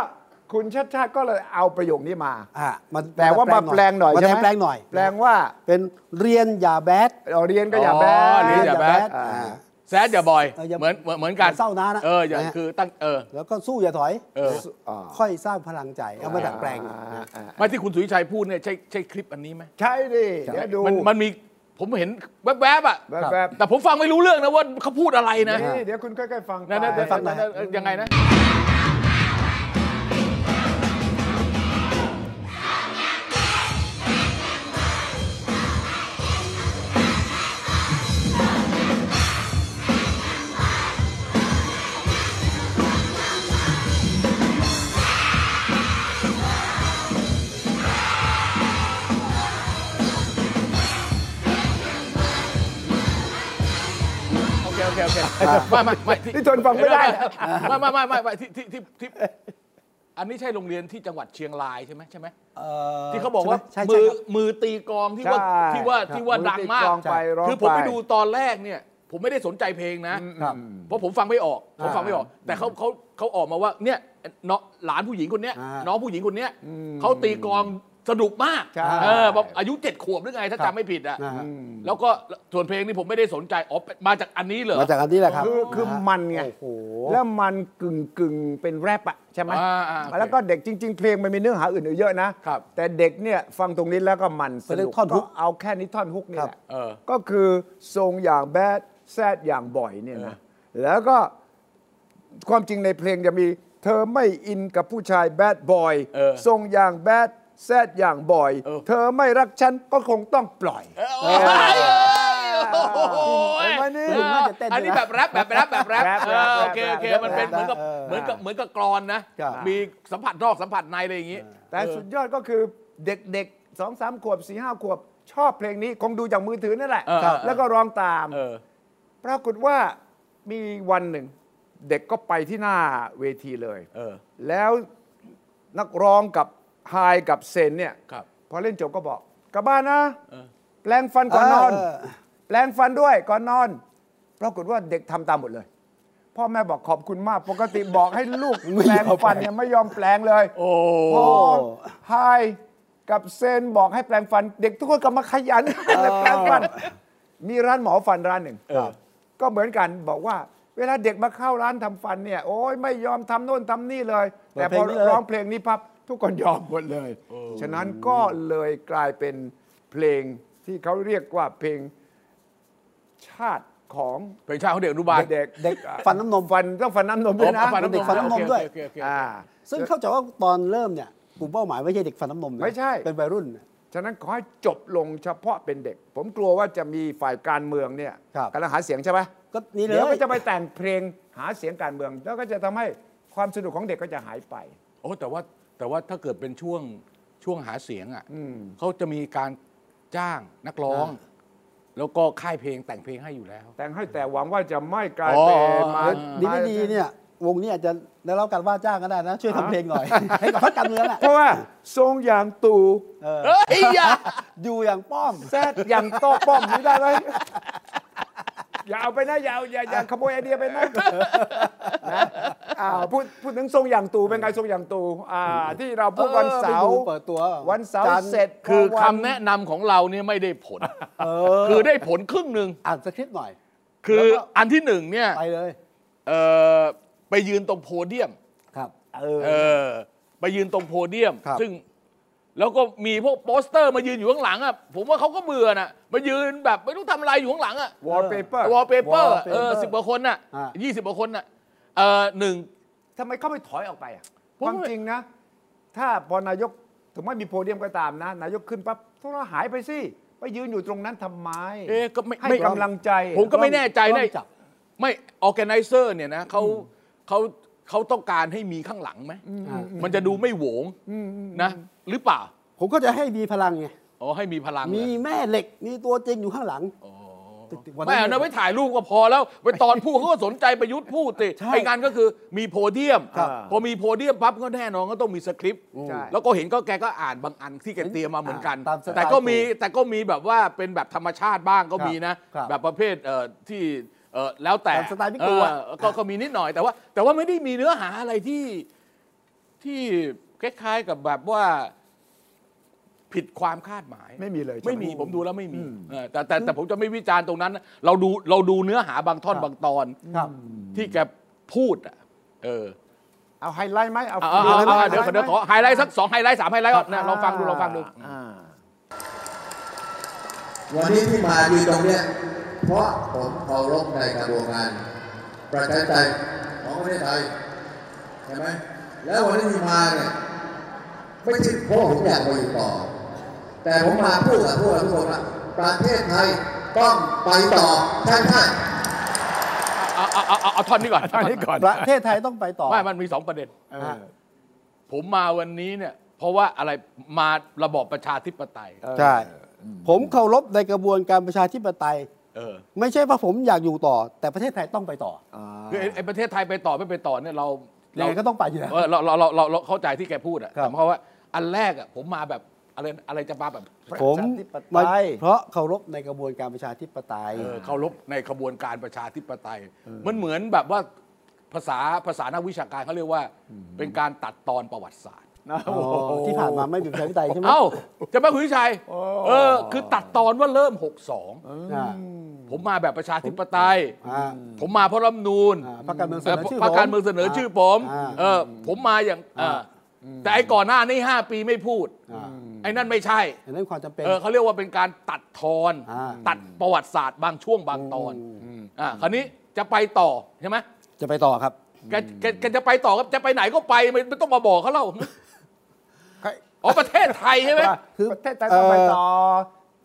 S3: คุณชัดชาติก็เลยเอาประโยคนี้มา
S1: อ่ะมัน
S3: แต่ว่ามาแปลงหน่อย
S1: มา
S3: ใช่ไหม
S1: แปลงหน่อย
S3: แปลงว่า
S1: เป็นเรียนอย่าแบด
S3: เราเรียนก็อย่าแบ
S2: อ๋อเรียนอย่า
S3: ด
S2: แบด
S1: อ่า
S2: แซดอย่าบ่อย
S1: เอออย่า
S2: เหมือนเหมือนเหมือนกัน
S1: อย่าเศร้านะนะ
S2: เอออย่า
S1: นะฮะ
S2: คือตั้งเออ
S1: แล้วก็สู้อย่าถอย
S2: เออ
S3: อ่า
S1: ค่อยสร้างพลังใจ เอามาดัดแปลง
S3: อ่าอ่า
S2: ไม่ที่คุณสุวิชัยพูดเนี่ยใช่ใช่คลิปอันนี้ไหม
S3: ใช่ดิ เดี๋ยวดู
S2: มันมันมีผมเห็นแวบๆอ่ะ
S3: แบ
S1: ครับ บ
S2: แต่ผมฟังไม่รู้เรื่องนะว่าเขาพูดอะไรนะ
S3: ๆนี่เดี๋ยวคุณค่อยๆฟัง
S2: นั่นนั่น
S3: ไป
S2: นั่นนั่นนั่นยังไงนะ โอเคโอเคโอเคไม่ไม่ไม่ที่
S3: นี่ทนฟังไม่ได้นะ
S2: ไม่ไม่ไม่ไม่ไม่ที่ที่ที่ที่อันนี้ใช่โรงเรียนที่จังหวัดเชียงรายใช่ไหมใช่ไหม
S1: เอ่
S2: ที่เขาบอกว่า
S1: ใช่ไห
S2: มือ
S1: ใช่ครับ
S2: มือตีกลองที่ว่า
S3: ใช่
S2: ที่ว่า
S3: ครับ
S2: ที่ว่าดังมาก
S3: มือตีกลองไปร้อง
S2: คือผมไป
S3: ไป
S2: ดูตอนแรกเนี่ย ผมไม่ได้สนใจเพลงนะ
S1: ครับ
S2: เพราะผมฟังไม่ออกผมฟังไม่ออก แต่เขาเขาเขาออกมาว่าเนี่ยเนาะหลานผู้หญิงคนเนี้ย
S1: อ่า
S2: น้องผู้หญิงคนเนี้ยเขาตีกลองสนุกมาก
S3: ใช่
S2: เออแบบอายุเจ็ดขวบหรือไงถ้าจำไม่ผิดอ่ะ
S1: นะฮะ
S2: แล้วก็ส่วนเพลงนี่ผมไม่ได้สนใจอ๋อมาจากอันนี้เหรอ
S1: มาจากอันนี้แหละครับ
S3: คือคือมันไง
S1: โอ้โห
S3: แล้วมันกึ่งกึ่งๆเป็นแรปอะใช่ไหม
S2: อ่าอ่าโอเค
S3: แล้วก็เด็กจริง ๆ เพลงมันมีเนื้อหาอื่นๆเยอะนะ
S2: ครับ
S3: แต่เด็กเนี่ยฟังตรงนี้แล้วก็มันส
S1: เป็นเรื่อ
S3: นุ
S1: ก งท่อนฮุ
S3: ก็
S1: ก
S3: เอาแค่นี้ท่อนฮุกนี่
S1: ครั
S3: แห
S1: บ
S3: ละ
S2: เออ
S3: ก็คือทรงอย่างแบดแซดอย่างบ่อยเนี่ยนะ แล้วก็ความจริงในเพลงจะมี เธอไม่อินกับผู้ชายแบดบอย
S2: เออ
S3: ทรงอย่างแบดแซดอย่างบ่อย
S2: เออ
S3: เธอไม่รักฉันก็คงต้องปล่อย
S2: โอ้ยโอ้โห
S3: เห็นไหมนี่
S2: เอออันนี้แบบแรปแบบแรปแบบแรป
S3: แรป
S2: เอ
S3: แรป
S2: อโอเค
S3: แรป
S2: โอเค
S3: แรป
S2: มันเป็นเหมือนกับ
S1: เออ
S2: เหมือนกับเหมือนกับกรอนนะ
S1: ครับ
S2: มีสัมผัสนอกสัมผัสในอะไรอย่างงี้
S3: แต่สุดยอดก็คือเด็กๆสองสามขวบสี่ห้าขวบ ชอบเพลงนี้ คงดูจากมือถือนั่นแหละ
S2: เออครับ
S3: แล้วก็ร้องตาม
S2: เออ
S3: ปรากฏว่ามีวันหนึ่ง เด็กก็ไปที่หน้าเวทีเลย
S2: เออ
S3: แล้วนักร้องกับไฮายกับเซนเนี่ย
S2: ครับ
S3: พอเล่นจบก็บอกกลับบ้านนะ
S2: เออ
S3: แปลงฟันก่อนนอน
S1: เออ
S3: แปลงฟันด้วยก่อนนอน ปรากฏว่าเด็กทำตามหมดเลย พ่อแม่บอกขอบคุณมาก ปกติบอกให้ลูกแปลงฟันเนี่ย ไม่ยอมแปลงเลย
S2: โอ้
S3: พอไฮกับเซนบอกให้แปลงฟัน เด็กทุกคนกลับมาขยั น แปลงฟัน มีร้านหมอฟันร้านหนึ่ง
S2: เออ
S3: ก็เหมือนกันบอกว่า เวลาเด็กมาเข้าร้านทำฟันเนี่ย โอ้ยไม่ยอมทำโน่นทำนี่เลย
S1: เปิด
S3: แต่พอ
S1: เพลงนี้เลย
S3: ร้องเพลงนี้ปั๊บทุกคนยอมหมดเลยฉะนั้นก็เลยกลายเป็นเพลงที่เขาเรียกว่าเพลงชาติของ
S2: เพลงชาติของเด็กอนุบาล
S3: เด็ก
S1: เด็กฟันน้ำนม
S3: ฟันต้องฟันน้ำนมด้วยนะ
S2: อ๋อฟันน้ำนม
S1: เด็กฟันน้ำนมด้วย
S2: โอเคโอเคโอเค
S3: อ่า
S1: ซึ่งเข้าใจว่าตอนเริ่มเนี่ยกลุ่มเป้าหมายไม่ใช่เด็กฟันน้ำนมนะ
S3: ไม่ใช่
S1: เป็นวัยรุ่น
S3: ฉะนั้นขอให้จบลงเฉพาะเป็นเด็ก ผมกลัวว่าจะมีฝ่ายการเมืองเนี่ย
S1: ครับ
S3: กำลังหาเสียงใช่ไหม
S1: ก็นี่เลย
S3: เดี๋ยวก็จะไปแต่งเพลงหาเสียงการเมือง แล้วก็จะทำให้ความสนุกของเด็กก็จะหายไป
S2: โอ้แต่ว่าแต่ว่าถ้าเกิดเป็นช่วงช่วงหาเสียงอ่ะเขาจะมีการจ้างนักร้อง แล้วก็ค่ายเพลงแต่งเพลงให้อยู่แล้ว
S3: แต่งให้แต่หวังว่าจะไม่กลายเป็น
S2: อ๋อ
S3: มา
S1: ดีไม่ดีเนี่ย วงนี้อาจจะได้รับการว่าจ้างก็ได้นะ ช่วยทำเพลงห น่อย ให้กับพรรคการเมืองอ่ะ
S3: เพราะว่าทรงอย่างตู่
S1: เออ
S2: เอ้ยอย่า
S1: อยู่อย่างป้อม
S3: แซดอย่างโต้อป้อมนี่ได้ไหมอย่าเอาไปนะอย่าเอาอย่าอย่าขโมยไอเดียไปนะนะอ้าวพูดพูดถึงทรงอย่างตู่เป็นไงทรงอย่างตู่อ่า ที่เราพูดวันเสาร์
S1: เออไปดูเปิดตัว
S3: วันเสาร์
S1: จันทร์
S3: เสร็จ
S2: คือ
S3: พวั
S2: คำ
S3: น
S2: แนะนำของเราเนี่ยไม่ได้ผล
S1: เอ
S2: คือได้ผลครึ่งหนึ่ง
S1: อ่านสคริปต์หน่อย
S2: คืออันที่หนึ่งเนี่ย
S1: ไปเลย
S2: เอ่อไปยืนตรงโพเดียม
S1: ครับ
S2: เออไปยืนตรงโพเดียม
S1: ครับ
S2: ซึ่งแล้วก็มีพวกโปสเตอร์มายืนอยู่ข้างหลังอ่ะผมว่าเขาก็เบื่อน่ะมายืนแบบไม่รู้ทำอะไรอยู่ข้างหลังอ่ะ
S3: วอลเปเปอร์
S2: วอลเปเปอร์
S1: wallpaper
S2: เออสิบกว่าคนน่ะ
S1: อ่ะ
S2: ยี่สิบกว่าคนน่ะเออหนึ่ง
S3: ทำไมเขาไม่ถอยออกไปอ่ะ
S2: ผ
S3: ค
S2: ม
S3: วาม
S2: ว่า
S3: จริงนะ ถ้าพอนายกถึงไม่มีโพเดียมก็ตามนะ นายกขึ้นปั๊บโทรหายไปสิ ไปยืนอยู่ตรงนั้นทำไม
S2: เอ๊ะก็ไม่
S3: ให้
S2: ไม่
S3: กำลังใจ
S2: ผมก็ไม่แน่ใจนะ
S1: จับ
S2: ไม่ออแกไนเซอร์เนี่ยนะเขาเขาเขาต้องการให้มีข้างหลังไหม
S1: อืม
S2: มันจะดูไม่โหวงนะหรือเปล่า
S1: ผมก็จะให้มีพลังไง
S2: อ๋อให้มีพลังเหร
S1: มี
S2: อ
S1: แม่เหล็ก มีตัวจริงอยู่ข้างหลังวัน
S2: ไม่
S1: นั้น
S2: เอานะไว้ถ่ายรูปก็พอแล้วไปตอนพูดเขาก็สนใจประยุทธ์พูดติ
S1: ใช่
S2: ไอ้งานก็คือมีโพเดียม
S1: ครับ
S2: พอมีโพเดียมปั๊บก็แน่นอนก็ต้องมีสคริปต์
S3: ใช่
S2: แล้วก็เห็นก็แกก็อ่านบางอันที่แกเตรียมมาเหมือนกัน
S1: ตามสไตล์
S2: แต่ก็มีแต่ก็มีแบบว่าเป็นแบบธรรมชาติบ้างก็มีนะ
S1: ครับ
S2: แบบประเภทเอ่อที่เอ่อแล้วแต่
S1: ตามสไตล์พี่ตู่อะ
S2: เออก็ก็มีนิดหน่อยแต่ว่า แต่ว่าไม่ได้มีเนื้อหาอะไรที่ ที่คล้ายๆกับแบบว่าผิดความคาดหมาย
S3: ไม่มีเลยใช่ห
S2: ไม่มีผมดูแล้วไม่มีเออแต่แต่แต่ผมจะไม่วิจารณ์ตรงนั้นนะเราดูเราดูเนื้อหาบางท่อน
S1: ครับ
S2: บางตอน
S1: ครับ
S2: ที่แกพูดอ่ะเออ
S3: เอาไฮไลท์ไหมเอา
S2: เอาเอาเอาเอาเดี๋ยว
S3: ไฮไลท์ไหม
S2: เดี๋ยวขอไฮไลท์สักสองไฮไลท์สามไฮไลท์ก่อนนะลองฟังดูลองฟังดู
S3: อ่า
S4: วันนี้ที่มายืนตรงเนี้ยเพราะผมเคารพในกระบวนการ ประชาธิปไตยของประเทศไทยใช่ไหมแล้ววันนี้ที่มาเนี่ยไม่ใช่เพราะผมอยากมาอยู่ต่อ แต่ผมมาพูดกับพวกเราทุกคนว่าประเทศไทยต้องไปต่อใช่ใช่
S2: เอาเอาเอาเอาเอาท่อนนี้ก่อน
S3: ท่อนนี้ก่อน
S1: ประเทศไทยต้องไปต่อ
S2: ไม่มันมีสองประเด็น
S3: เออ
S2: ผมมาวันนี้เนี่ย เพราะว่าอะไรมาระบอบประชาธิปไตย
S1: ใช่ ผมเคารพในกระบวนการประชาธิปไตย
S2: เออ
S1: ไม่ใช่ว่าผมอยากอยู่ต่อ แต่ประเทศไทยต้องไปต่อ
S2: คือไอ้ไอ้ประเทศไทยไปต่อไม่ไปต่อเนี่ยเรา
S1: ยัง
S2: เรา
S1: ไงก็ต้องไปอยู่แล้ว
S2: เออเราเราเราเราเราเข้าใจที่แกพูดอ่ะ
S1: ครับ
S2: แต่เพราะว่าอันแรกอ่ะผมมาแบบอะไรอะไรจะมาแบบ
S1: ผม
S3: ประชาธิปไตย
S1: มาเพราะเคารพในกระบวนการประชาธิปไตย
S2: เออเคารพในขบวนการประชาธิปไตย มันเหมือนแบบว่าภาษาภาษานักวิชาการเขาเรียกว่า เป็นการตัดตอนประวัติศาสตร์
S1: อ๋อที่ผ่านมาไม่มีประชาธิปไตยใช่ไหม
S2: เอ้าจะมาคุณวิชัยเออ คือตัดตอนว่าเริ่ม 62
S1: อ่า
S2: ผมมาแบบประชาธิปไตย
S1: อ่า
S2: ผมมาเพราะรัฐธรรมนูน
S1: อ่าพรรคการเมืองเสนอชื่อ
S2: พรรคการเมืองเสนอชื่อผม
S1: า
S2: เออ ผมมาอย่างเอออแต่ไอ้ก่อนหน้านี้5ปีไม่พูด
S1: อ่า
S2: ไอ้นั่นไม่ใช่
S1: อันนั้นความจำเป็น
S2: เออเขาเรียกว่าเป็นการตัดทอน
S1: อ่า
S2: ตัดประวัติศาสตร์บางช่วงบางตอนอ่าคราวนี้จะไปต่อใช่ไหม
S1: จะไปต่อครับ
S2: แกแกแกจะไปต่อก็จะไปไหนก็ไปไม่ไม่ต้องมาบอก เขาเล่า
S3: ใคร
S2: อ๋อประเทศไทยใช่ไหม
S1: คือ
S3: ประเทศไทยต้องไปต่อ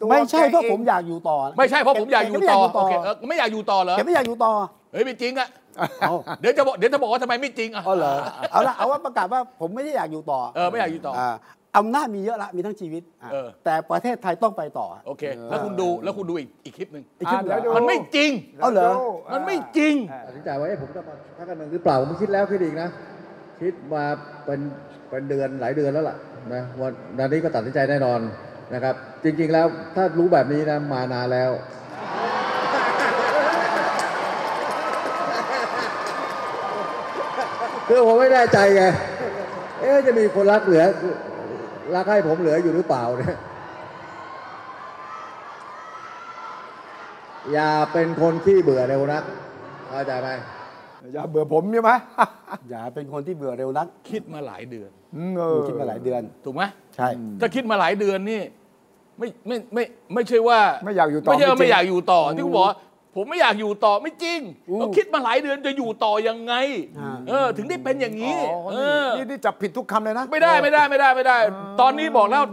S3: ตัว
S1: ไม่ใช่เพราะ
S3: แกง
S1: ผมอยากอยู่ต่อ
S2: ไม่ใช่เพราะผมอยากอยู่ต่อโอเคเออไม่อยากอยู่ต่อเหรอ
S1: แกไม่อยากอยู่ต่อ
S2: เฮ้ยไม่จริงอ่ะ
S1: เอา
S2: เดี๋ยวจะบอกเดี๋ยวจะบอกว่าทำไมไม่จริงอ่ะ
S1: เอาเหรอเอาละเอาว่าประกาศว่าผมไม่ได้อยากอยู่ต่อ
S2: เออไม่อยากอยู่ต่อ
S1: อ่าอำนาจมีเยอะละมีทั้งชีวิตอ่ะ
S2: เออ
S1: แต่ประเทศไทยต้องไปต่อ
S2: โอเค แล้วคุณดูแล้วคุณดูอีกอีกคลิปหนึ่ง
S1: อีกคลิปหนึ่ง
S3: อ่ะเดี๋ยวดู
S2: มันไม่จริง
S1: เอาเหรอ
S2: มันไม่จริง
S4: ตัดสินใจว่าเอ๊ะผมจะมาพักการเมืองหรือเปล่าผมคิดแล้วคิดอีกนะ คิดมาเป็นเป็นเดือนหลายเดือนแล้วล่ะนะวันวันนี้ก็ตัดสินใจแน่นอนนะครับ จริง ๆ แล้วถ้ารู้แบบนี้นะมานานแล้ว คือผมไม่แน่ใจไงเอ๊ะจะมีคนรักเหลือรักให้ผมเหลืออยู่หรือเปล่าเนี่ย อย่าเป็นคนขี้เบื่อเร็วนักเข้าใจไหม
S3: อย่าเบื่อผมใช่ไหม
S1: อย่าเป็นคนที่เบื่อเร็วนัก
S2: คิดมาหลายเดือน
S3: อืมเอ
S1: ผ
S3: อ
S1: มคิดมาหลายเดือน
S2: ถูกไหม
S1: ใช่
S2: ถ้าคิดมาหลายเดือนนี่ไม่ไม่ไม่ไม่ใช่ว่า
S3: ไม่อยากอยู่ต่อ
S2: ไม่ใช่ว่า
S3: จริ
S2: ไม่
S3: ง
S2: อยากอยู่ต่อที่คุณบอกว่าผมไม่อยากอยู่ต่อไม่จริง
S1: อืม
S2: เราคิดมาหลายเดือนจะอยู่ต่อยังไง
S1: อ่า
S2: เออ ถึงได้เป็นอย่างนี้
S3: อ๋อ
S2: เออ
S3: นี่นี่นี่จับผิดทุกคำเลยนะ
S2: ไม่ได้ไม่ได้ไม่ได้ไม่ได้ ตอนนี้บอกแล้ว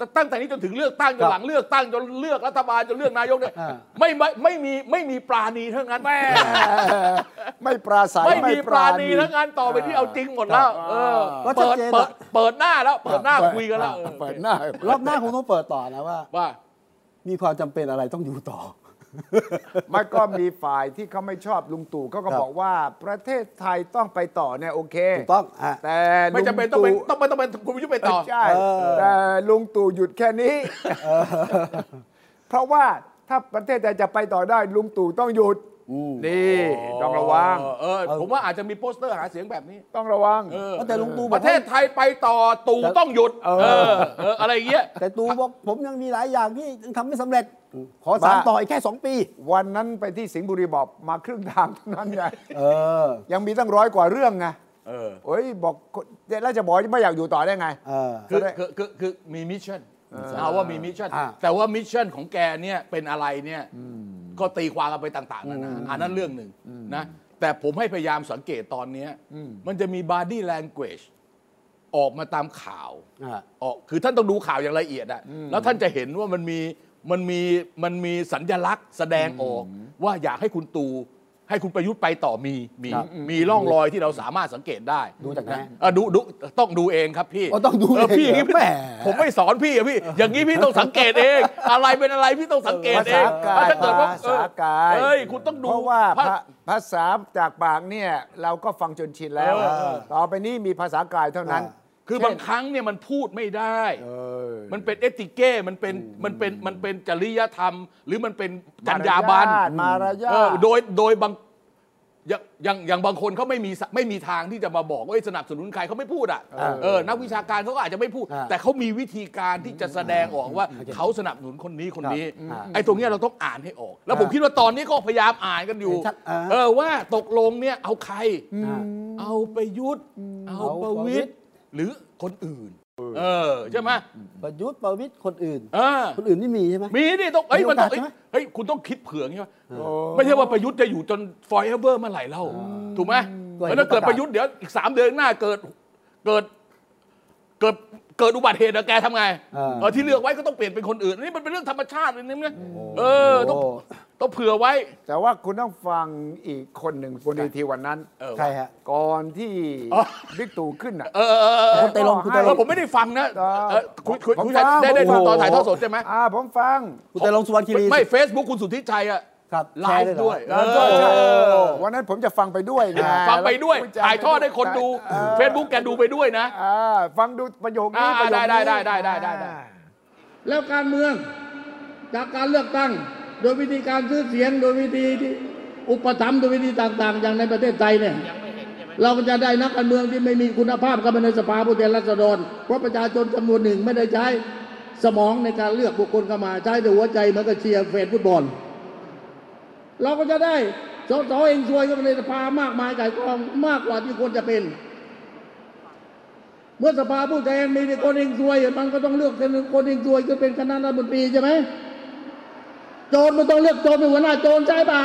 S2: ตตั้งแต่นี้จนถึงเลือกตั้งจ
S1: ครั
S2: น
S1: บ
S2: หลังเลือกตั้งจนเลือกรัฐบาลจนเลือกนายกเนี่ย
S1: อ่า
S2: ไม่ไม่ไม่มีไม่มีปราณีทั้งนั้นแม่
S3: ไม่ปราศัย
S2: ไม่มีปราณี
S3: แล้
S2: ทั้
S3: ว
S2: งนั้นต่อไปที่เอาจริงหมดแล้ว เออ
S1: ก็ชัดเจนอะ
S2: เปิดเปิดเปิดหน้าแล้ว เปิดหน้าคุยกันแล้ว
S3: เปิดหน้าร
S1: อบหน้าคงต้องเปิดต่อนะว่า
S2: ว่า
S1: มีความจำเป็นอะไรต้องอยู่ต่อ
S3: มันก็มีฝ่ายที่เขาไม่ชอบลุงตู่เขาก็
S1: ครับ
S3: บอกว่าประเทศไทยต้องไปต่อเนี่ยโอเค
S1: ถูกต้องอ่ะ
S3: แต่
S2: ไม่จำเป็นต้องเป็นต้องไม่ต้องเป็นคุณวิทยุไปต่อ
S3: ใช่
S1: เออ
S3: แต่ลุงตู่หยุดแค่นี้ เพราะว่าถ้าประเทศไทยจะไปต่อได้ลุงตู่ต้องหยุด
S1: อืม
S3: นี่ต้องระวัง
S2: เออเออผมว่าอาจจะมีโปสเตอร์หาเสียงแบบนี้
S3: ต้องระวัง
S2: เออ
S1: แต่ลุงตู่บ
S2: ป
S1: อก
S2: ระเทศไทยไปต่อตู่ต้องหยุด เออเอออะไรอย่างเงี้ย
S1: แต่ตู่บอกผมยังมีหลายอย่างที่ยังทำไม่สำเร็จ ขอสาร
S3: บ้า
S1: ต่ออีกแค่ 2 ปี
S3: วันนั้นไปที่สิงห์บุรีบอกมาครึ่งทางเท่านั้นไง
S1: เออ
S3: ยังมีตั้งร้อยกว่าเรื่องไง
S2: เออ
S3: โอ้ยบอกแล้วจะบอกว่าไม่อยากอยู่ต่อได้ไง
S1: เออ
S2: คือ
S3: ก็ได้
S2: คือคือคือมีมิชชั่นเอาว่ามีมิชชั่น
S1: อ่า
S2: แต่ว่ามิชชั่นของแกเนี่ยเป็นอะไรเนี่ยก็ตีความกันไปต่างๆนานาอันนั้นเรื่องหนึ่งนะแต่ผมให้พยายามสังเกตตอนเนี้ยมันจะมีบ o d y language ออกมาตามข่าว
S1: อ่ะ
S2: ออกคือท่านต้องดูข่าวอย่างละเอียดอะแล้วท่านจะเห็นว่ามันมีมันมีมันมีสัญญลักษณ์แสดงออก ว่าอยากให้คุณตูให้คุณประยุทธ์ไปต่อมีมี
S1: ครับ
S2: มีร่องรอยที่เราสามารถสังเกตได้
S1: ดูจากไหน
S2: นะเออดูดูต้องดูเองครับพี่
S1: อ๋อต้องดูเอง
S2: เพี่
S1: เหรอ
S2: พี่
S1: แหม
S2: ผมไม่สอนพี่อะพี่ อย่างนี้พี่ต้องสังเกตเอง อะไรเป็นอะไรพี่ต้องสังเกต
S3: ภา
S2: เอ
S3: ษาง กาย
S2: ถ้าเกิดว่าเอ
S3: ภาษา
S2: อก
S3: าย
S2: เอ้ยคุณต้องดู
S3: เพราะว่า
S2: พระ
S3: ภาภาษาจากปากเนี่ยเราก็ฟังจนชินแล้ว
S2: เออ
S3: ต่อไปนี้มีภาษากายเท่านั้น
S1: อ่า
S2: คือบางครั้งเนี่ยมันพูดไม่ได้ มันเป็นเอติเก้ มันเป็นมันเป็นมันเป็นจริยธรรม หรือมันเป็นจรรยาบรรณ
S3: มารยาทมารยาท
S2: เออโดยโดยบาง อย่างอย่างอย่างบางคนเขาไม่มีสไม่มีทางที่จะมาบอกว่าเอ้ยสนับสนุนใครเขาไม่พูดอ่ะ
S1: เออ
S2: เออนักวิชาการเขาก็อาจจะไม่พูด
S1: อ่า
S2: แต่เขามีวิธีการที่จะแสดงออกว่าเขาสนับสนุนคนนี้คนนี้
S1: ครับอ่า
S2: ไอ้ตรงเนี้ยเราต้องอ่านให้ออก แล้ว
S1: อ่า
S2: ผมคิดว่าตอนนี้ก็พยายามอ่านกันอยู่
S1: ชัดอ่า
S2: เออว่าตกลงเนี่ยเอาใคร
S1: อ่า
S2: เอาประยุทธ์ เอาประวิตย์หรือคนอื่น เออใช่ไหม
S1: ประยุทธ์ประวิตยคนอื่น
S2: เออ
S1: คนอื่นนี่มีใช่ไหม
S2: มีนี่ต้องเอ้ย
S1: มีโอกาส
S2: มันต้อง
S1: ใช่ไหม
S2: เฮ้ยคุณต้องคิดเผื่อใช่ไหมไม่ใช่ว่าประยุทธ์จะอยู่จน forever เมื่อไหร่เล่าถูกไหมแล้วถ้าเกิดประยุทธ์เดี๋ยวอีกสามเดือนข้างหน้าเกิดเกิดเกิดเกิดอุบัติเหตุอะแกทำไง
S1: เออ
S2: เออที่เลือกไว้ก็ต้องเปลี่ยนเป็นคนอื่นอันนี่มันเป็นเรื่องธรรมชาติเลยนะเนี่ยเออต้องต้องเผื่อไว้
S3: แต่ว่าคุณต้องฟังอีกคนหนึ่งบนเวทีวันนั้น
S2: เออ
S1: ใครฮะ
S3: ก่อนที่
S2: อ๋อ
S3: บิ๊กตู่ขึ้นอ่ะ
S2: เออเออเออเออ
S1: คุณไตรรงค์คุณไตรรงค์
S2: เออผมไม่ได้ฟังนะเออคุณคุณคุณชัยได้ได้ฟังตอนถ่ายทอดสดใช่ไหม
S3: อ่าผมฟัง
S1: คุณแต่ลงสุวรรณคีรี
S2: ไม่เฟซบุ๊กคุณสุทธิชัยอะ
S1: ครับ
S2: ไล
S1: แชร์
S2: ฟ์
S1: เหรอ
S2: ด้วยเอ
S3: ใช่ใช่
S2: อ
S3: วันนั้นผมจะฟังไปด้วยไง
S2: ฟังไปด้วย
S3: แล้ก็
S2: ถ่ายทอดให้คนดู
S3: เออ
S2: เฟซบุ๊กแกดูไปด้วยนะ
S3: อ่าฟังดูประโยคนี้
S2: อ่า
S3: ประโยคนี้
S2: ได้ได้ได้ได้ได้ได้
S5: แล้วการเมืองจากการเลือกตั้ง โดยวิธีการซื้อเสียงโดยวิธีที่อุปถัมภ์โดยวิธีต่าง ๆ อย่างในประเทศไทยเนี่ยเราก็จะได้นักการเมืองที่ไม่มีคุณภาพเข้ามาในสภาผู้แทนราษฎร เพราะประชาชนจำนวนหนึ่งไม่ได้ใช้สมองในการเลือกบุคคลเข้ามาใช้แต่หัวใจเหมันก็เชียร์เฟนฟุตบอล เราก็จะได้สสเองซวยเข้ามาในสภามากมายไก่ายกองมากกว่าที่ควรจะเป็น เมื่อสภาผู้แทนมีแต่คนเองซวยมันก็ต้องเลือกคนเองซวยก็เป็นคณะรัฐมนตรีใช่ไหมโจรมันต้องเลือกโจรเป็นหัวหน้าโจรใช่เปล่า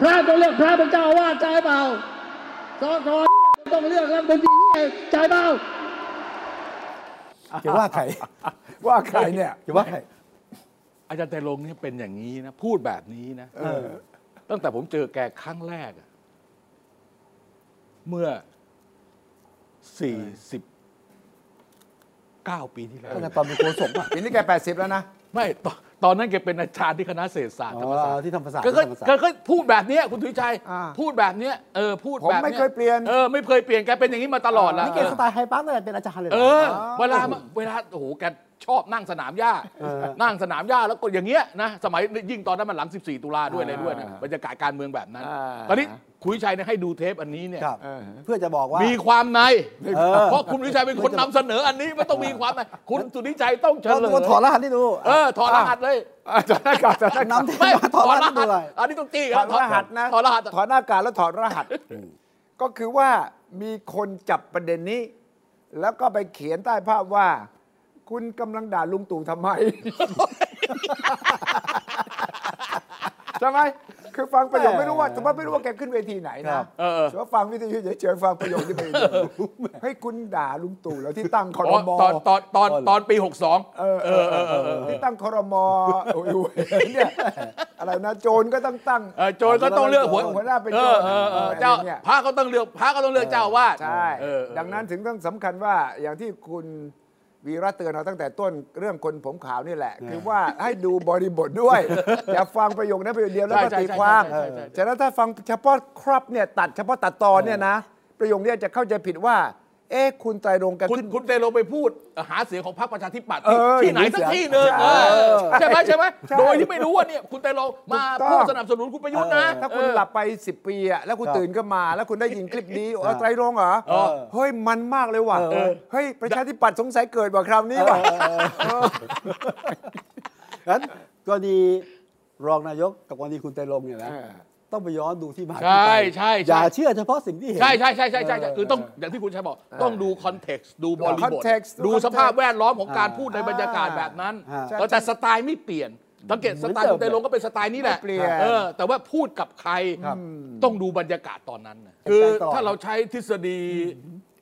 S5: พระต้องเลือกพระเป็นเจ้าอาวาสใช่เปล่าสอสอต้องเลือกรัฐมนตรีใช่เปล่า
S1: จะว่าใคร
S3: ว่าใครเนี่ย
S1: จะว่าใคร
S2: อาจารย์ไตรรงค์เนี่ยเป็นอย่างนี้นะ พูดแบบนี้นะ
S1: เออ
S2: ตั้งแต่ผมเจอแกครั้งแรกอะเมื่อ 49 ปีที่แล้ว
S1: ตั้งแต่ตอนเป็นโฆษกอะ
S3: ปีนี้แก 80 แล้วนะ
S2: ไม่ตอนตอนนั้นแกเป็นอาจารย์ที่คณะเศรษฐศาสตร์ธรรมศาสตร์
S1: ที่ธรรมศาสตร์
S2: ก็
S1: ที่
S2: ก็
S1: ธรรมศาสต
S2: ก็
S1: ร์
S2: ก็พูดแบบเนี้ยคุณถุยชัย
S3: อ่า
S2: พูดแบบเนี้ยเออพูด
S3: ผม
S2: แบบ
S3: ไม่เคยเปลี่ยน
S2: เออไม่เคยเปลี่ยนแกเป็นอย่างนี้มาตลอดละ
S1: นี่แกสไตล์ไฮปาร์คตั้งแต่เป็นอาจารย์เลยหร
S2: เออ
S1: อ
S2: เวลามาเวลาโอ้โหแกชอบนั่งสนามหญ้า
S1: เออ
S2: นั่งสนามหญ้าแล้วก็อย่างเงี้ยนะสมัยยิ่งตอนนั้นมันหลัง 14 ตุลาด้วยอะไรด้วยนะ
S3: อ่า
S2: บรรยากาศการเมืองแบบนั้น
S3: อ่า
S2: ตอนนี้คุณวิชัยเนี่ยให้ดูเทปอันนี้เนี่ย
S1: ครับ เพื่อจะบอกว่า
S2: มีความใน
S1: เออ
S2: เพราะคุณวิชัยเป็นคนนำเสนออันนี้มันต้องมีความในคุณสุนิชัยต้องเฉล
S1: เรา
S2: ย
S1: ถอดรหัสนี่ดู
S2: เออถอดรหัสเลย
S3: อาจารย์กาศ
S1: จากน้ำที่
S2: ไม่
S1: มาถอดรหัสนี่ดูหน่อย
S2: อันนี้ต้องตี
S3: ถอดรหัสนะ
S2: ถอดรหัส
S3: ถอดหน้ากากแล้วถอดรหัส ก็คือว่ามีคนจับประเด็นนี้ แล้วก็ไปเขียนใต้ภาพว่า คุณกำลังด่าลุงตู่ทำไม ใช่ไหมคือฟังประโยคไม่รู้ว่าสมมติไม่รู้ว่าแกขึ้นเวทีไหน
S1: ครั
S3: นะ
S1: บ
S2: เออเออ
S3: สมมติฟังวิทยุเฉยๆฟังประโยคที่ไปเฮ้ยคุณด่าลุงตู่แล้วที่ตั้งคอร
S2: อ๋อ
S3: ม
S2: ตอนตอนตอนตอนปี 62
S3: เออเออเออเออที่ตั้งครมโอ้ยเนี่ยอะไรนะโจรก็ต้องตั้ง
S2: เออโจรก็ต้องเลือกหัว
S3: หัวหน้าเป็น
S2: เอ
S3: โจ
S2: อ
S3: ร
S2: เออเออ
S3: อะไร
S2: เจ้า
S3: เนี่ย
S2: พระก็ต้องเลือกพระก็ต้องเลือกเจ้าอาวาด
S3: ใช่ ดังนั้นถึงต้องสำคัญว่าอย่างที่คุณวีระเตือนเราตั้งแต่ต้นเรื่องคนผมขาวนี่แหละ คือว่าให้ดูบริบทด้วย อย่าฟังประโยคนั้นประโยคเดียวแล้วก็ตีความฉะนั้นถ้าฟังเฉพาะครับเนี่ยตัดเฉพาะตัดตอนเนี่ยนะ ประโยคนี้จะเข้าใจผิดว่า เอ๊ะคุณไตรรงค์กัน
S2: คุณ
S3: ขึ้น
S2: คุณเตโลไปพูดหาเสียงของพรรคประชาธิปัตย์
S3: เออ
S2: ที่ไหนสักที่หนึ่ง
S3: ใช่
S2: เออใช่ไหมใช่ไหม
S3: ใช่
S2: โดยที่ไม่รู้ว่าเนี่ยคุณเตโลมา
S3: ถูกต้อง
S2: พูดสนับสนุนคุณประยุทธ์นะ
S3: ถ้าคุณ
S2: เออ
S3: หลับไป 10 ปีอะแล้วคุณตื่นขึ้นมา แล้วคุณได้ยินคลิป นี้เออไตรรงค์เหรอ
S2: เออ
S3: เฮ้ยมันมากเลยว่ะเฮ้ยประชาธิปัตย์สงสัยเกิดว่าคราวนี้ว่ะ
S1: งั้นกรณีรองนายกกับกรณีคุณไตรรงค์เนี่ยนะ
S3: เออ
S1: ต้องไปย้อนดูที่มาที่ไป
S2: ใช่ใช่
S1: อ
S2: ใช่
S1: ย่าเชื่อเฉพาะสิ่งที่เห็น
S2: ใช่ใช่ใช่ใช่ใช่ใช่คือต้องอย่างที่คุณชัยบอก ต้องดูคอนเท็กซ์ดูบริบท
S3: context
S2: ดู
S3: ดู
S2: สภาพ
S3: context
S2: แวดล้อมของการ
S1: อ่า
S2: พูดในบรรยากาศแบบนั้น
S1: อ่า
S2: แล้วแต่สไตล์ไม่เปลี่ยนสังเกตสไตล์คุณเตโลก็เป็นสไตล์นี้แหละ
S3: ไม่เปลี่ยน
S2: เออ แต่ว่าพูดกับใคร
S1: ครับ
S2: ต้องดูบรรยากาศตอนนั้นนะคือ
S1: ตลอด
S2: ถ้าเราใช้ทฤษฎี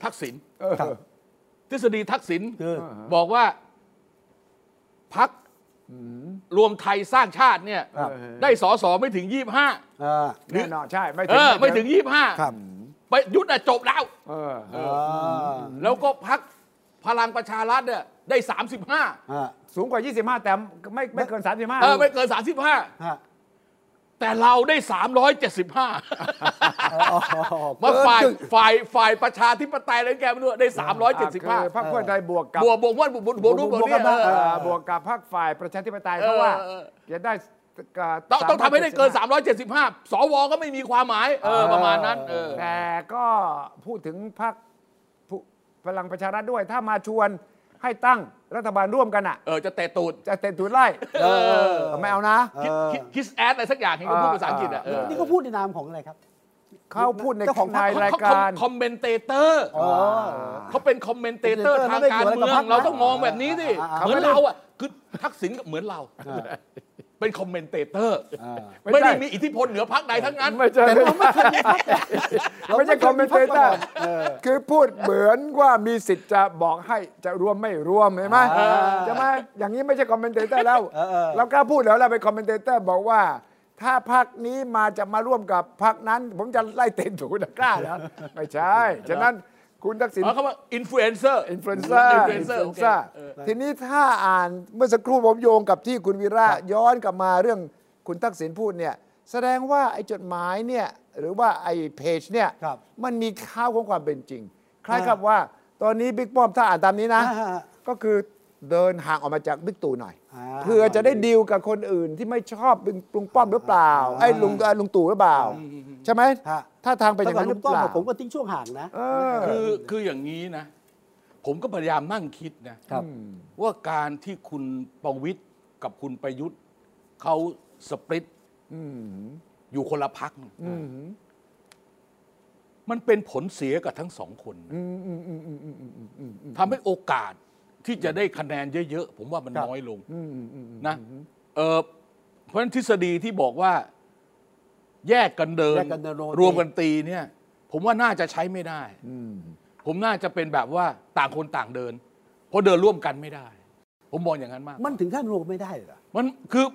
S2: ทักษิณ
S1: ครับ
S2: ทฤษฎีทักษิณ
S1: คือ
S2: บอกว่าพักรวมไทยสร้างชาติเนี่ย
S1: ครับ
S2: ได้สอสอไม่ถึง 25
S1: อ่า
S3: แน่นอนใช่ไม่
S2: เอ
S3: ถึง
S2: อ ไม่ถึง
S1: ครับ
S2: 25ไปยุทธ์น่ะจบแล้ว
S3: เออ
S1: อ่า
S2: แล้วก็พักพลังประชารัฐเนี่ยได้ 35
S1: อ่า
S3: สูงกว่า 25 แต่ไม่ไม่เกิน 35
S2: เออไม่เกิน 35
S1: ฮะ
S2: แต่เราได้
S1: อ๋อ
S2: 375 มาฝ่ายฝ่ายฝ่ายประชาธิปไตยอะไรแกไม่รู้ได้ 375
S3: พรรคเพื่อไทยบวกกับบ
S2: วกบวกว่าบวกบวกบวกบวกเนี่
S1: บวก
S2: ย
S1: กั
S2: เอบ อ
S3: เอ่อบวกกับพรรคฝ่ายประชาธิปไตย
S2: เออ
S3: เพราะว่า
S2: เออ
S3: จะได้ การ
S2: ต้องต้องทำให้ได้เกิน 375 สวก็ไม่มีความหมาย เออ ประมาณนั้น เออ
S3: แต่ก็พูดถึงพรรคผู้พลังประชารัฐด้วย ถ้ามาชวนให้ตั้งรัฐบาลร่วมกันอ่ะ
S2: เออ จะเตะตูด
S3: จะเต็นทุนไล่
S2: เออ
S3: ไม่เอานะ
S1: เออ
S2: คิสแอดอะไรสักอย่างเห็นเขาพูดภาษาอังกฤษอ่ะเออ
S1: นี่ก็พูดในนามของอะไรครับ
S3: เขาพูดใน
S1: เจ้าของพรรค
S3: ในรายการ
S2: คอมเมนเตเตอร์
S1: อ๋อ
S2: เขาเป็นคอมเมนเตเตอร์
S1: commentator
S2: ทางการเมือง เราต้องมองแบบนี้ดิ
S1: อ่าอ่าอ่า
S2: เหมือนเราอ่ะคือทักษิณก็เหมือนเรา เป็นคอมเมนเตเตอร์
S1: อ่า
S3: ไม่
S2: ไม่
S3: ใช่
S2: ได้มีอิทธิพลเหนือพรรคใดทั้งนั้น
S3: ไม่ใช่
S1: เราไม่เคยมีพรรค
S3: ไม่ใช่คอมเมนเต
S1: รา
S3: เตอร์
S1: ไม่คยมีพคมาก่นเออ
S3: คือพูดเหมือนว่ามีสิทธิ์จะบอกให้จะรวมไม่รวมเห็นไหม
S1: อ่า
S3: ใช่ไหมอย่างนี้ไม่ใช่คอมเมนเตเตอร์แล้ว
S1: เออเออ
S3: เรากล้าพูดแล้วเราเป็นคอมเมนเตเตอร์บอกว่า ถ้าพักนี้มาจะมาร่วมกับพักนั้น ผมจะไล่เต็นถูนะกล้าเหรอไม่ใช่ฉะนั้นคุณทักษิณ
S2: เอาคำว่าอินฟลูเอนเซอร์
S3: อินฟลูเอนเซอร์
S2: influencer โอเคเออ
S3: ทีนี้ถ้าอ่านเมื่อสักครู่ผมโยงกับที่คุณวีระย้อนกลับมาเรื่องคุณทักษิณพูดเนี่ย แสดงว่าไอ้จดหมายเนี่ย หรือว่าไอ้เพจเนี่ย
S1: ครับ
S3: มันมีข้าวของความเป็นจริง คล้ายกับว่า ตอนนี้บิ๊กป้อมถ้าอ่านตามนี้นะ
S1: อ่า
S3: ก็คือเดินห่างออกมาจากบิ๊กตู่หน่อย
S1: อ่า
S3: เพื่อจะได้ดีลกับคนอื่นที่ไม่ชอบลุงป้อมหรือเปล่า
S1: อ่า
S3: ไอ้ลุงเอ่อลุงตู่หรือเปล่า ใช่ไหม
S1: ฮะ
S3: ถ้าทางไป
S1: แต่
S3: อย่าง
S1: ก่อน
S3: นั้นห
S1: ลุ
S3: รื
S1: ง
S3: อ
S1: ป้อ
S3: เป
S1: ม
S3: ล่า
S1: กับผมก็ทิ้งช่วงห่างนะ
S2: คือคืออย่างนี้นะ ผมก็พยายามนั่งคิดนะ
S1: ครับ
S2: ว่าการที่คุณประวิตยกับคุณประยุทธ์เขาสปริตอยู่คนละพักมันเป็นผลเสียกับทั้งสองคนนะทำให้โอกาสที่จะได้คะแนนเยอะ ๆ ผมว่ามันน้อยลงนะเออเพราะฉะนั้นทฤษฎีที่บอกว่า แยกกันเดิน
S1: แยกกันเดินโรตี
S2: รวมกันตีเนี่ย ผมว่าน่าจะใช้ไม่ได้ ผมน่าจะเป็นแบบว่าต่างคนต่างเดิน เพราะเดินร่วมกันไม่ได้ ผมมองอย่างนั้นมาก
S1: มันถึงขั้นรวมไม่ได้เหรอ
S2: มันคือ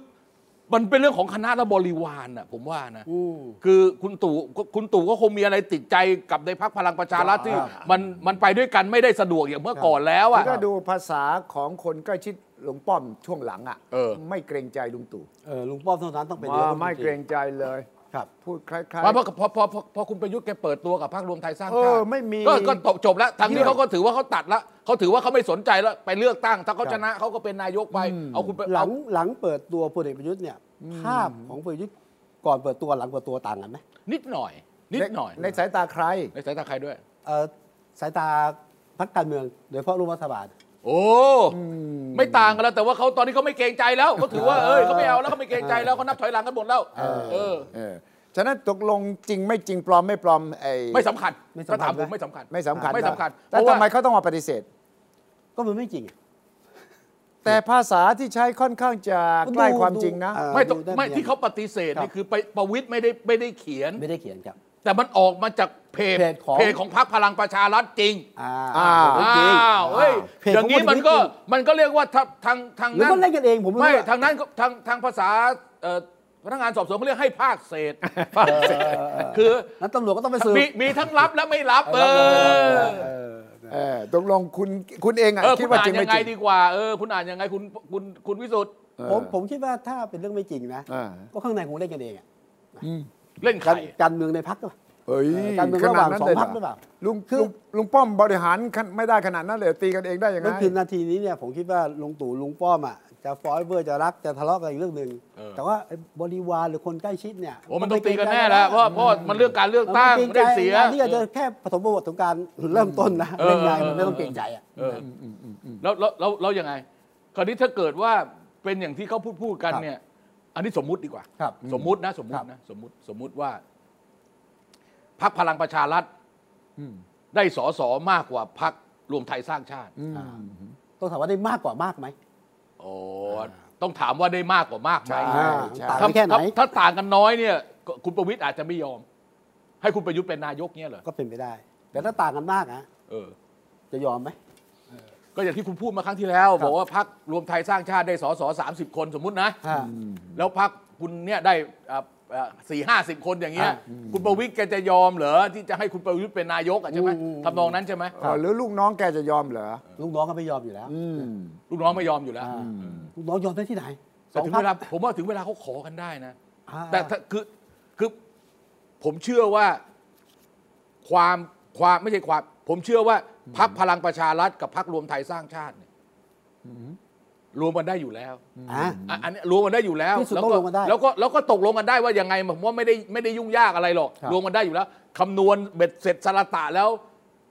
S2: มันเป็นเรื่องของคณะและบริวารน่ะผมว่านะ
S1: อืม
S2: คือคุณตู่คุณตู่ก็คงมีอะไรติดใจกับในพักพลังประชารัฐที่
S1: ครับ
S2: มันมันไปด้วยกันไม่ได้สะดวกอย่างเมื่อก่อนแล้วอ่ะ
S3: แล้วก็ดูภาษาของคนใกล้ชิดหลวงป้อมช่วงหลังอ่ะ
S2: เออ
S3: ไม่เกรงใจลุงตู่
S1: เออลุงป้อมเท่านั้นต้องเป็นนย
S3: ว่า
S1: ฐนต
S3: ไม่เกรงใจเลย
S1: ครับ
S3: พูดคล้าย
S2: เพราะเพราะเพราะเพราะเพราะเพราะคุณประยุทธ์แกเปิดตัวกับพรรครวมไทยสร้างชา
S3: เอ
S2: ติ
S3: อไม่มี
S2: ก็ก็จบแล้วทางนี้เขาก็ถือว่าเขาตัดละเขาถือว่าเขาไม่สนใจแล้วไปเลือกตั้ง ถ้าเขาชนะเขาก็เป็นนายกไปเอาคุณไป
S1: หลั
S2: เอา
S1: งหลังเปิดตัวพลเอกประยุทธ์เนี่ย ภาพของพลเอกประยุทธ์ก่อนเปิดตัวหลังเปิดตัวต่างกันไหม
S2: นิดหน่อย
S3: ๆ
S2: นิดหน่อย
S3: ในในสายตาใคร
S2: ในสายตาใครด้วย
S1: เอ่อสายตาพักการเมืองโดยเฉพาะร่วมรัฐบาล
S2: โอ้ไม่ต่างกันแล้วแต่ว่าเขาตอนนี้เขาไม่เกรงใจแล้วเขาถือว่าเอ้ยเขาไม่เอาแล้วเขาไม่เกรงใจแล้วเขานับถอยหลังกันหมดแล้วเออ
S3: เออฉะนั้นตกลงจริงไม่จริงปลอมไม่ปลอมไอ้
S2: ไม่สำคัญ
S1: ไม่สำคัญ
S2: ถ้าถามผม
S1: นะ
S2: ไม่สำคัญ
S3: ไม่สำคัญ
S2: ไม่สำคัญ
S3: แล้ว
S2: เพราะ
S3: ทำไม
S2: ว่า
S3: เขาต้องมาปฏิเสธ
S1: ก็มันไม่จริง
S3: แต่ภาษาที่ใช้ค่อนข้างจะใกล้ความจริงนะ
S1: ดูดู
S2: ไม่ต้อง
S1: ดูด้าน
S2: ไม่
S1: เดียว
S2: ที่เขาปฏิเสธ
S1: ครับ
S2: นี่คือไปประวิตยไม่ได้ไม่ได้เขียน
S1: ไม่ได้เขียนครับ
S2: แต่มันออกมาจากเพจ
S1: เพจของ
S2: เพจของพรรคพลังประชารัฐจริง
S1: อ่า
S3: อ้าว
S1: จริง
S2: อ้าวเฮ้ย
S1: เพจข
S2: อย่างนี้
S1: ค
S2: มันก็มันก็เรียกว่าทางทางทาง
S1: หรือ
S2: นั้
S1: มันเล่น
S2: น
S1: กันเองผม
S2: ไม่
S1: รู้อะ
S2: ทางนั้นก็ทางทางภาษาเอ่อพนักงานสอบสวนเขาเรียกให้ภาคเศษคือ
S1: นั้นตำรวจก็ต้องไปสืบ
S2: มีมีทั้งรับและไม่รับ เออ
S1: เออ
S3: เออตกลงคุณคุณเองอ่ะ
S2: เออ
S3: คิ
S2: คุ
S3: ด
S2: ณ
S3: ว่า
S2: อ่า
S3: จริ
S2: น
S3: ง
S2: ยั
S3: ไม่
S2: งไง
S3: จริ
S2: ดี
S3: ง
S2: กว่าเออคุณอ่านยังไงคุณคุณคุณวิสุทธ์
S1: ผมผมคิดว่าถ้าเป็นเรื่องไม่จริงนะ
S3: อ่า
S1: ก็ข้างในคงเล่นกันเองอะ
S2: เล่น
S1: การ
S2: ไข่
S1: การเมืองในพักก็
S3: เฮ้ย
S1: การเมืองระหว่างสองพรรคหรือเปล่า
S3: ลุง
S1: คือ
S3: ลุงลุงป้อมบริหารไม่ได้ขนาดนั้นเลยตีกันเองได้ยังไง
S1: นั่นคือนาทีนี้เนี่ยผมคิดว่าลุงตู่ลุงป้อมอ่ะจะฟ้อยเวอร์จะรักจะทะเลาะกันอีกเรื่องหนึ่ง
S2: เออ
S1: แต่ว่าไอ้บริวารหรือคนใกล้ชิดเนี่ย
S2: โอ้มันต้องตีกันแน่แล้วเพราะเพราะมันเรื่องการเลือกตั้ง
S1: มั
S2: ไม่
S1: น
S2: ได้
S1: เกรงใจ
S2: เสีย
S1: นี่อาจจะแค่ผสมบทของการเริ่มต้นนะ
S2: เออ
S1: เล่นงานมันไม่ต้องเกรงใจอ่ะ
S2: เอออแล้วแล้วแล้วแล้วยังไง คราวนี้ถ้าเกิดว่าเป็นอย่างที่เขาพูดพูดกันเนี่ย อันนี้สมมุติดีกว่า
S1: ครับ
S2: สมมุตินะ สมมุตินะสมมุติสมมุติว่าพักพลังประชารัฐได้สอสอมากกว่าพักรวมไทยสร้างชาติ
S1: าต้องถามว่าได้มากกว่ามากไหม
S2: โอ้ต้องถามว่าได้มากกว่ามากไหม
S3: ใช่
S1: อ่าต่างกันแค่ไหน
S2: ถ้าถ้าถ้าต่างกันน้อยเนี่ยก็คุณประวิตยอาจจะไม่ยอม ให้คุณประยุทธ์เป็นนายกเนี่ยเหรอ
S1: ก็เป็นไปได้ แต่ถ้าต่างกันมากนะ
S2: เออ
S1: จะยอมไหม
S2: ก็อย่างที่คุณพูดมาครั้งที่แล้ว บอกว่าพักรวมไทยสร้างชาติได้สอสอสามสิบคนสมมุตินะ
S1: ฮะ
S2: แล้วพักคุณเนี่ยได้สี่ห้าสิบคนอย่างเงี้ย
S1: ฮะ
S2: คุณประวิตยแกจะยอมเหรอที่จะให้คุณประยุทธ์เป็นนายกอะใช่ไหม
S1: อืม
S2: ทำนองนั้นใช่ไหม
S3: เออหรือลูกน้องแกจะยอมเหรอ
S1: ลูกน้องก็ไม่ยอมอยู่แล้ว
S3: อืม
S2: ลูกน้องไม่ยอมอยู่แล้ว
S1: อ่าลูกน้องยอมได้ที่ไหนส
S2: แต่
S1: อง
S2: ถึง
S1: พั
S2: เวลาก ผมว่าถึงเวลาเขาขอกันได้นะ
S1: อ่า
S2: แต่ถ้าคือคือผมเชื่อว่าความความไม่ใช่ความ ผมเชื่อว่าพักพลังประชารัฐกับพักรวมไทยสร้างชาติเนี่ย รวมกันได้อยู่แล้ว
S1: อ่ะ
S2: อ่ะอันนี้รวมกันได้อยู่แล้ว
S1: ที่สุด
S2: แล้ว
S1: ต้องรวมกันได้
S2: แล้วก็แล้วก็ตกลงกันได้ว่ายังไงผมว่าไม่ได้ไม่ได้ยุ่งยากอะไรหรอก
S3: ครับ
S2: รวมกันได้อยู่แล้วคำนวณเบ็ดเสร็จสละตะแล้ว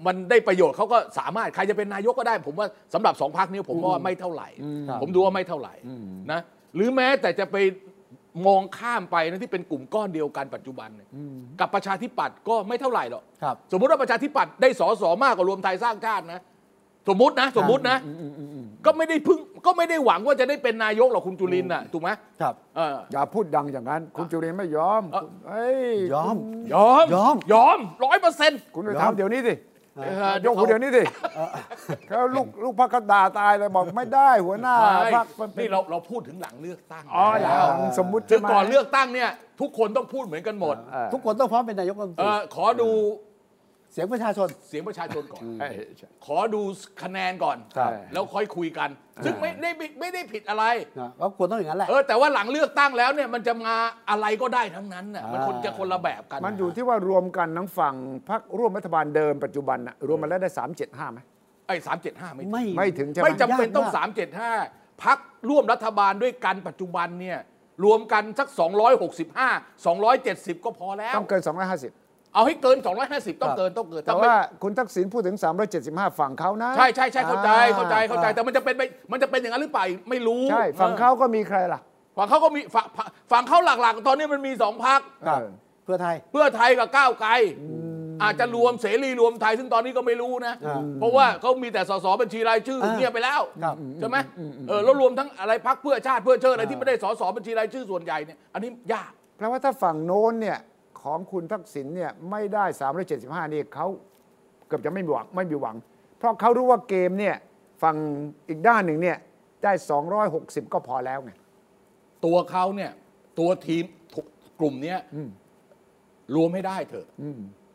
S2: มันได้ประโยชน์เขาก็สามารถใครจะเป็นนายกก็ได้ ผมว่าสำหรับสองพักนี้ผมว่าไม่เท่าไหร่ ผมดูว่าไม่เท่าไหร่นะหรือแม้แต่จะไปมองข้ามไปนะที่เป็นกลุ่มก้อนเดียวกันปัจจุบันเนี่ยกับประชาธิปัตย์ก็ไม่เท่าไหร่หรอก
S1: ครับ
S2: สมมติว่าประชาธิปัตย์ได้สอสอมากกว่ารวมไทยสร้างชาตินะ สมมตินะ สมมตินะ ก็ไม่ได้พึ่งก็ไม่ได้หวังว่าจะได้เป็นนายกหรอกคุณจุลินทร์น่ะถูกไหม
S1: ครับ
S2: เออ
S3: อย่าพูดดังอย่างนั้น คุณจุรินทร์ไม่ยอม
S2: เอ่อ
S3: คุณเอ้ย
S1: ยอม
S2: ยอม
S1: ยอม
S2: ยอมร้อยเปอร์เซ็นต์
S3: คุณไป
S1: ยอม
S3: ทำเดี๋ยวนี้สิยก
S2: ก
S3: หูเดี๋ยวนี้สิเขาลูกลูกพักกระดาตายเลยบอกไม่ได้หัวหน้าพักมันเป็น
S2: นี่เราเราพูดถึงหลังเลือกตั้ง
S3: อ๋อหลังสมมุติ
S2: ถึ
S3: ใช่
S2: ง
S3: ไหม
S2: ก่อนเลือกตั้งเนี่ย ทุกคนต้องพูดเหมือนกันหมด
S3: เออ
S1: ทุกคนต้องพร้อมเป็นนายกรัฐมนต
S2: เอ
S1: รี
S2: อขอดู
S1: เสียงประชาชน
S2: เสียงประชาชนก่อน
S3: ใช่ใช่
S2: ขอดูคะแนนก่อน
S3: ครับ
S2: แล้วค่อยคุยกัน ซึ่งไม่ได้ไม่ได้ผิดอะไร
S1: นะก็ควรต้องอย่างนั้นแหละ
S2: เออแต่ว่าหลังเลือกตั้งแล้วเนี่ยมันจะมาอะไรก็ได้ทั้งนั้นน่ะมันคน
S1: อ่า
S2: จะคนละแบบกัน
S3: มันอยู่ที่ว่ารวมกันทั้งฝั่งพักร่วมรัฐบาลเดิมปัจจุบันน่ะรวมมาแล้วได้ 375ไหม
S2: ไอ้สามเจ็ดห้าไม่
S1: ไม่
S3: ไม่ถึงใช่ไหม
S2: ไม่จำเป็นต้อง
S1: ยกมก
S2: 375พักร่วมรัฐบาลด้วยกันปัจจุบันเนี่ยรวมกันสัก 265 270 ก็พอแล้ว
S3: ต้องเกิน 250
S2: เอาให้เกิน 250 ต้องเกินต้องเกิน
S3: แต่
S2: ถ้ไม่
S3: ว่าคุณทักษิณพูดถึง 375 ฝั่งเขานะ
S2: ใช่ใช่ใช่เข้าใจ
S3: อ่
S2: เข้าใจเข้าใจแต่มันจะเป็นไปมันจะเป็นอย่างนั้นหรือเปล่าไม่รู้
S3: ใช่ ฝั่งเขาก็มีใครล่ะ
S2: ฝั่งเขาก็มีฝั่งฝั่งฝั่งเขาหลักๆ ตอนนี้มันมีสองพัก
S1: ครับ
S3: เออ
S1: เพื่อไทย
S2: เพื่อไทยกับก้าวไกล อาจจะรวมเสรีรวมไทยซึ่งตอนนี้ก็ไม่รู้นะ
S1: อ่า
S2: เพราะว่าเขามีแต่สสบัญชีรายชื่อ
S1: เออ
S2: เงียบไปแล้ว
S1: ครับ
S2: ใช่ไหมเออแล้วรวมทั้งอะไรพักเพื่อชาติเพื่อเชิดอะไรที่ไม่ได้สสบัญชีรายชื่อส่วนใหญ่เนี่ยอันนี้ยาก
S3: แปลว่าถ้าฝั่งโน้นเนี่ยของคุณทักษิณเนี่ยไม่ได้ 375 นี่เขาเกือบจะไม่มีหวังไม่มีหวัง เพราะเขารู้ว่าเกมเนี่ยฝั่งอีกด้านหนึ่งเนี่ยได้ 260 ก็พอแล้วไง
S2: ตัวเขาเนี่ยตัวทีมกลุ่มเนี้ยรวมให้ได้เถอะ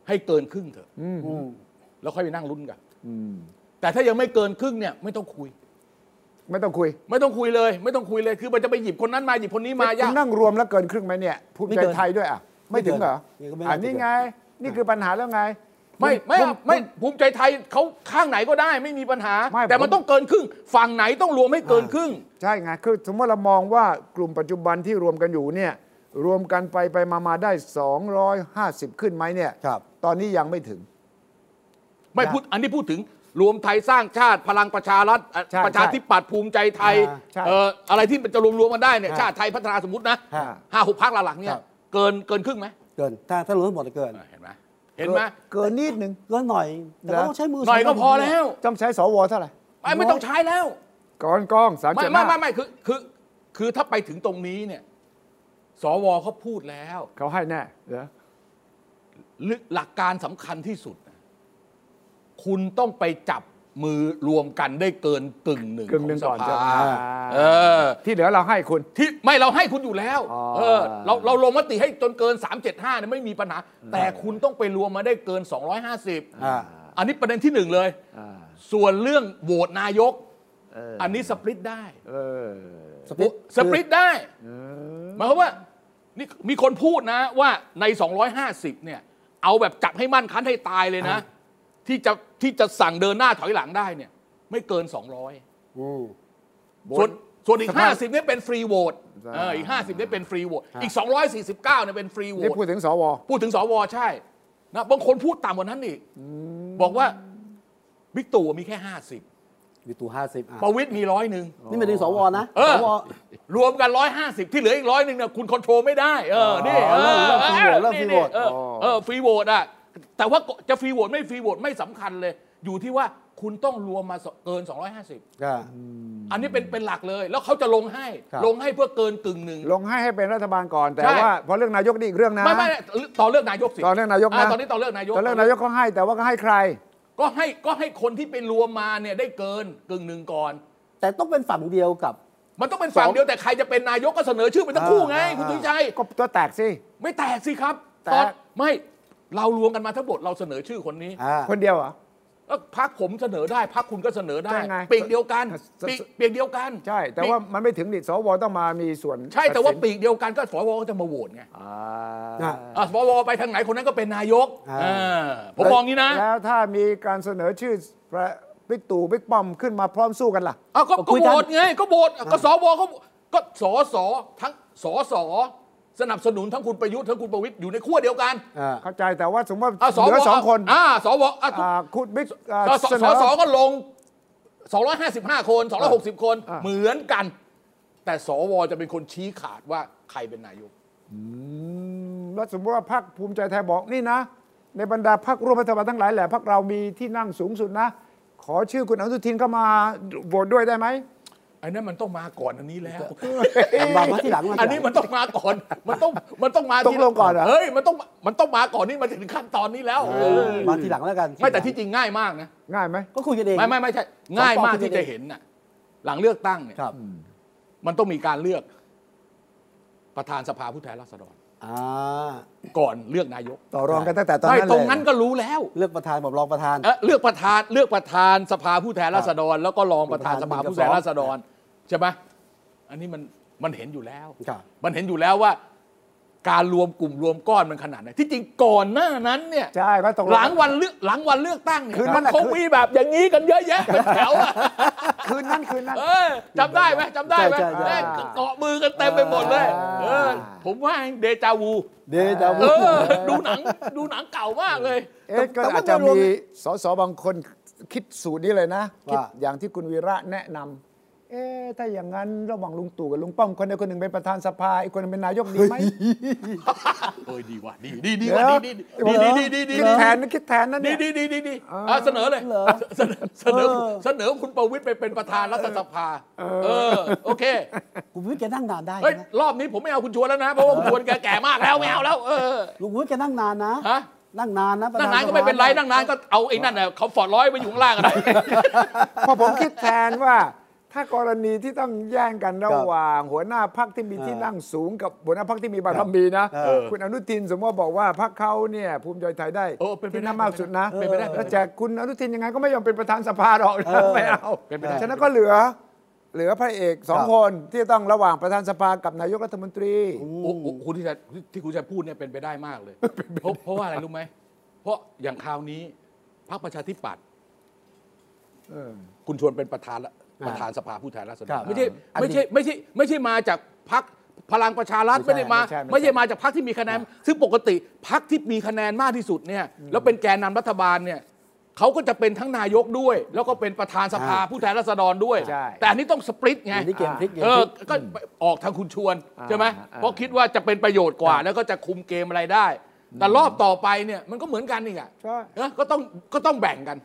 S2: ให้เกินครึ่งเถอะแล้วค่อยไปนั่งลุ้นกันแต่ถ้ายังไม่เกินครึ่งเนี่ยไม่ต้องคุย
S3: ไม่ต้องคุย
S2: ไม่ต้องคุยเลย ไม่ต้องคุยเลยคือมันจะไปหยิบคนนั้นมาหยิบคนนี้มา
S3: คุ
S2: ยาก
S3: ณนั่งรวมแล้วเกินครึ่งไหมเนี่ยภูมิ
S1: ไม่
S3: ใจ
S1: เกิน
S3: ไทยด้วยอ่ะ ไม่ถึงเหรอ
S1: ไม่เกิน
S3: อันนี้ไง นี่คือปัญหาแล้วไง
S2: ไม่ไม่อะไม่ภูมิใจไทยเขาข้างไหนก็ได้ไม่มีปัญหา
S3: ไม่
S2: แต่มัน
S3: ผม
S2: ต้องเกินครึ่ง ฝั่งไหนต้องรวมให้เกิน
S1: อ่า
S2: ครึ่ง
S3: ใช่ไง คือสมมติเรามองว่ากลุ่มปัจจุบันที่รวมกันอยู่เนี่ยรวมกันไปไปมามาได้ 250 ขึ้นไหมเนี่ย
S1: ครับ
S3: ตอนนี้ยังไม่ถึง
S2: ไม่พูดอันนี้พูดถึงรวมไทยสร้างชาติพลังประชารัฐอ่ะ
S3: ใช่
S2: ประชาธิปัตย์ภูมิใจไทย
S3: อ่าใช่
S2: เอ่ออะไรที่มันจะรวมรวมๆกันได้เนี่ย
S1: ฮะ
S2: ชาติไทยพัฒนาสมมตินะ
S1: ฮะ
S2: ห้าหกพักหลักๆ
S1: ค
S2: เนี่ย
S1: รับ
S2: เกินเกินครึ่งไหม
S1: เกิน ถ้าถ้ารวมทั้งหมดเกิน
S2: เออเห็นไหมเห็นไหม
S3: เกินนิดนึง
S1: เกินหน่อย แต่ก็
S3: นะ
S1: ต้องใช้มือ
S2: หน่อยก็พอ
S1: สง
S2: แล้
S1: ข้าง
S2: ว
S3: ต้องใช้สวเท่าไหร่
S2: ไม่ไม่ต้องใช้แล้ว
S3: ก่อนกองสาม
S2: ไม่
S3: เจ็ด
S2: ไม่ไม่ไม่คือคือคือถ้าไปถึงตรงนี้เนี่ยสวเขาพูดแล้ว
S3: เขาให้แน่เหรอ
S2: ลึกหลักการสำคัญที่สุดนะคุณต้องไปจับมือรวมกันได้เกินกึ่งหนึ่ง
S3: กึ่งหนึ่ง
S2: ข
S3: ก่
S2: อ
S3: อน
S2: ส
S3: จะ
S2: ภา
S3: อ่า
S2: เออ
S3: ที่เหลือเราให้คุณ
S2: ที่ไม่เราให้คุณอยู่แล้ว
S3: อ๋อ
S2: เออเราเราลงมติให้จนเกิน 375เนี่ยไม่มีปัญหา แต่คุณต้องไปรวมมาได้เกิน 250
S1: อ่า
S2: อันนี้ประเด็นที่หนึ่งเลย ส่วนเรื่องโหวตนายก อันนี้สปริตได้
S3: เออ
S1: split
S2: สปริตได้หมายความว่านี่มีคนพูดนะว่าใน 250 เนี่ย เอาแบบจับให้มั่นคันให้ตายเลยนะ ที่จะที่จะสั่งเดินหน้าถอยหลังได้เนี่ย ไม่เกิน 200
S1: อืม
S2: ส่วนส่วนอีก
S3: สภาพ
S2: 50เนี่ยเป็นฟรีโหวตเอออีก 50เนี่ยเป็นฟรีโหวตอีก 249เนี่ยเป็นฟรีโหว
S3: นี่
S2: ต
S3: พูดถึงสว
S2: พูดถึงสวใช่นะบางคนพูดต่ำกว่านั้นอีกบอกว่าบิ๊กตู่มีแค่ 50
S1: มีตัวห้าสิบอ่ะ
S2: ประวิตยมีร้อยหนึ่ง
S1: นี่ไม่ถึงสวนะ
S2: เออ
S1: สว
S2: รวมกัน 150 ที่เหลืออีกร้อยหนึ่งเนี่ยคุณคอนโทรลไม่ได้ เออนี่เออ
S1: เริ่มฟรีโหวตเริ่มฟรีโหวต
S2: เออเออฟรีโหวตอ่ะแต่ว่าจะฟรีโหวตไม่ฟรีโหวตไม่สำคัญเลย อยู่ที่ว่าคุณต้องรวมมาเกิน 250
S1: อ่า
S2: อันนี้เป็นเป็นหลักเลย แล้วเขาจะลงให้
S1: ครับ
S2: ลงให้เพื่อเกินกึ่งหนึ่ง
S3: ลงให้ให้เป็นรัฐบาลก่อน แต่
S2: ใช่
S3: ว่าพอเรื่องนายกนี่อีกเรื่องนะ
S2: ไม่ไม่ไม่ต่อเลือกนายกสิ
S3: ต่อเลือกนายกนะ
S2: ตอนนี้ต่อเลือกนายก
S3: ตอนเรื่องนายกเขาให้แต่ว่าก็ให้ใคร
S2: ก็ให้ก็ให้คนที่ไปรวมมาเนี่ยได้เกินกึ่งหนึ่งก่อน
S1: แต่ต้องเป็นฝั่งเดียวกับ
S2: มันต้องเป็นฝั่ง
S1: สอง
S2: เดียวแต่ใครจะเป็นนายกก็เสนอชื่อไปทั้งคู่ไง
S1: อ่า
S2: คุณ
S1: อ่า
S2: ตุ้ยชัย
S3: ก็ตัวแตกสิ
S2: ไม่แตกสิครับ
S3: แตก
S2: ตอนไม่เรารวมกันมาทั้งหมดเราเสนอชื่อคนนี้
S1: อ่า
S3: คนเดียวเหรอ
S2: แล้วพักผมเสนอได้พักคุณก็เสนอได้
S3: ใช่ไง
S2: ปีกเดียวกัน
S3: สส
S2: ปีกปีกเดียวกัน
S3: ใช่ แต่
S2: ปีก
S3: ว่ามันไม่ถึงนี่สวต้องมามีส่วน
S2: ใช่แต่ว่า
S3: ดสิน
S2: ปีกเดียวกันก็สวก็จะมาโหวตไง
S3: อ่า
S1: อ่ะ
S2: อ่ะสวไปทางไหนคนนั้นก็เป็นนายก
S1: อ่า
S2: เออผมมองงี้นะ
S3: แล้วถ้ามีการเสนอชื่อประ บิ๊กตู่บิ๊กป้อมขึ้นมาพร้อมสู้กันล่ะ
S2: เอาก็
S1: คุ
S2: ก็
S1: ยกั
S2: โห
S1: น
S2: วตไงก็โหวตก็สวเขาก็สสทั้งสสสนับสนุนทั้งคุณประยุทธ์ทั้งคุณประวิตยอยู่ในขั้วเดียวกัน
S1: อ่า
S3: เข้าใจแต่ว่าสมมติ
S2: อ่ะ
S3: ว่า
S2: ส
S3: เหลือสองคน
S2: อ่าสวอ่ะ
S3: อ่าคุณบิ๊กอ่า
S2: สส
S3: เน
S2: ส
S3: อ
S2: สก็ลง 255 คน 260 คน
S3: อ่ะ
S2: เหมือนกัน แต่สวจะเป็นคนชี้ขาดว่าใครเป็นนายก
S3: มแล้วสมมติว่าพรรคภูมิใจไทยบอกนี่นะ ในบรรดาพรรคร่วมรัฐบาลทั้งหลายแหละพรรคเรามีที่นั่งสูงสุดนะ ขอชื่อคุณอนุทินเข้ามาโหวตด้วยได้ไหม
S2: ไอ้นั่นมันต้องมาก่อนอันนี้แล้ว
S1: มามาที่หลังมาทีหลัง
S2: อันนี้มันต้องมาก่อน มันต้อง มันต้องมาที่
S3: ตกลงก่อนเหรอ
S2: เฮ้ย มันต้อง มันต้องมาก่อนนี่มันถึงขั้นตอนนี้แล้วเออ
S1: มาทีหลังแล้วกัน
S2: ไม่แต่ที่จริงง่ายมากนะ
S3: ง่ายไหม
S1: ก็คุยกันเอง
S2: ไม่ไม่ไม่ใช่ ง่ายมากที่จะเห็นน่ะ หลังเลือกตั้งเนี่ย
S1: ครับ
S2: มันต้องมีการเลือก ประธานสภาผู้แทนราษฎร
S1: อ่า
S2: ก่อนเลือกนายก
S3: ต่อรองกันตั้งแต่ตอน
S2: ไม่
S3: นั้นเลย
S2: ตรงนั้นก็รู้แล้ว
S1: เลือกประธานผมรองประธาน
S2: เอ่อเลือกประธาน เลือกประธานสภาผู้แทนราษฎร แล้วก็รองประธานสภาผู้แทนราษฎรใช่ไหมอันนี้มัน มันเห็นอยู่แล้ว
S1: ครับ
S2: มันเห็นอยู่แล้วว่า การรวมกลุ่มรวมก้อนมันขนาดไหน ที่จริงก่อนหน้านั้นเนี่ย
S3: ใช่ก็ตกล
S2: ห
S3: ง
S2: ลังวันเลือกหลังวันเลือกตั้งเนี่ย
S3: คืนนั้นแหละ
S2: มัคงมีแบบอย่างนี้กันเยอะแยะเป็นแถวอะ
S3: คืนนั้นคืนนั้น
S2: เออจำได้ไหมจำได้ไหม
S1: ใช่ใช่ใช่
S2: เออเกาะมือกันเต็มไปหมดเลย
S3: อ่า
S2: เออ ผมว่าเดจาวู
S1: เดจา
S2: เอ
S1: วู
S2: อ ดูหนังดูหนังเก่ามากเลย
S3: เอ๊ะก็
S1: แต่ว่า
S3: อาจจะ
S1: โดยรวม
S3: มีสสบางคนคิดสูตรนี้เลยนะคิด
S1: ว่า
S3: อย่างที่คุณวีระแนะนำเอ๊ะถ้าอย่างนั้นระหว่างลุงตู่กับลุงป้อมคนใดคนหนึ่งเป็นประธานสภาอีกคนหนึ่งเป็นนายกดีไหม
S2: เอ้ยดีว่ะดีดีดีว่ะดีดีดีดีดีดี
S3: คิดแทนนะคิดแทนนั่น
S2: ดี
S3: เนี่ย
S2: ดีดีดีดีดีอ่ะเสนอเลยเสนอเสนอเสนอคุณประวิตยไปเป็นประธานรัฐสภา เออโอเค
S1: คุณวิทย์แกนั่งนานได้
S2: เฮ้ย
S1: นะ
S2: รอบนี้ผมไม่เอาคุณชวนแล้วนะ เพราะว่าคุณชวนแกแก่มากแล้วไม่เอาแล้ว เออ
S1: ลุงวิทย์แกนั่งนานนะ
S2: ฮะ
S1: นั่งนานนะระธ
S2: นั่งนานก็ไม่เป็นไร
S1: สภา
S2: นั่งนานก็เอาไอ้นั่นน่ะเขาฟอร์ดร้อยไปอยู่ข้างล่างอะไร
S3: เพอผมคิดแทนว่า ถ้ากรณีที่ต้องแย่งกันระหว่าง หัวหน้าพักที่มีที่นั่งสูงกับหัวหน้าพักที่มีบารมีนะ
S2: เออ
S3: คุณอนุทินสมมติว่าบอกว่าพักเขาเนี่ยภูมิใจไทยได้
S2: เออเป็นไปได้
S3: ที่นั่งมากสุดนะ
S2: เป็นไปได้
S3: แล้วจากคุณอนุทินยังไงก็ไม่ยอมเป็นประธานสภาหรอกนะไม่เอา
S2: เป็นไปได้
S3: ฉะนั้นก็เหลือ เหลือพระเอกสองคนที่ต้องระหว่างประธานสภากับนายกรัฐมนตรี
S2: โอ้โอ้คุณที่จะที่คุณจะพูดเนี่ยเป็นไปได้มากเลย เพราะเพราะว่าอะไรรู้ไหม เพราะอย่างคราวนี้พรรคประชาธิปัตย์คุณชวนเป็นประธานละประธานสภาผู้แทนราษฎร
S1: ครับ
S2: ไม่ใช่ไม่ใช่ไม่ใช่ไม่ใช่มาจากพรรคพลังประชารัฐ
S1: ไม่
S2: ไม่
S1: ใช่
S2: ได้มา
S1: ไม่ใช่ไม่ใช่
S2: ไม่ใช่มาจากพรรคที่มีคะแนน ซึ่งปกติพรรคที่มีคะแนนมากที่สุดเนี่ย แล้วเป็นแกนนำรัฐบาลเนี่ยเขาก็จะเป็นทั้งนายกด้วย แล้วก็เป็นประธานสภาผู้แทนราษฎรด้วย
S3: ใช่
S2: แต่อันนี้ต้องสปริตไง
S1: อันนี้เกมพลิกเกม
S2: เอ
S1: พ
S2: อ
S1: ลิก
S2: ก็ไปออกทางคุณชวน
S3: อ่า
S2: ใช่ไหม
S3: อ่า
S2: เพราะคิดว่าจะเป็นประโยชน์กว่าแล้วก็จะคุมเกมอะไรได้ แต่รอบต่อไปเนี่ยมันก็เหมือนกันนี่ไง
S3: ใช่
S2: ก็ต้องก็ต้องแบ่งกัน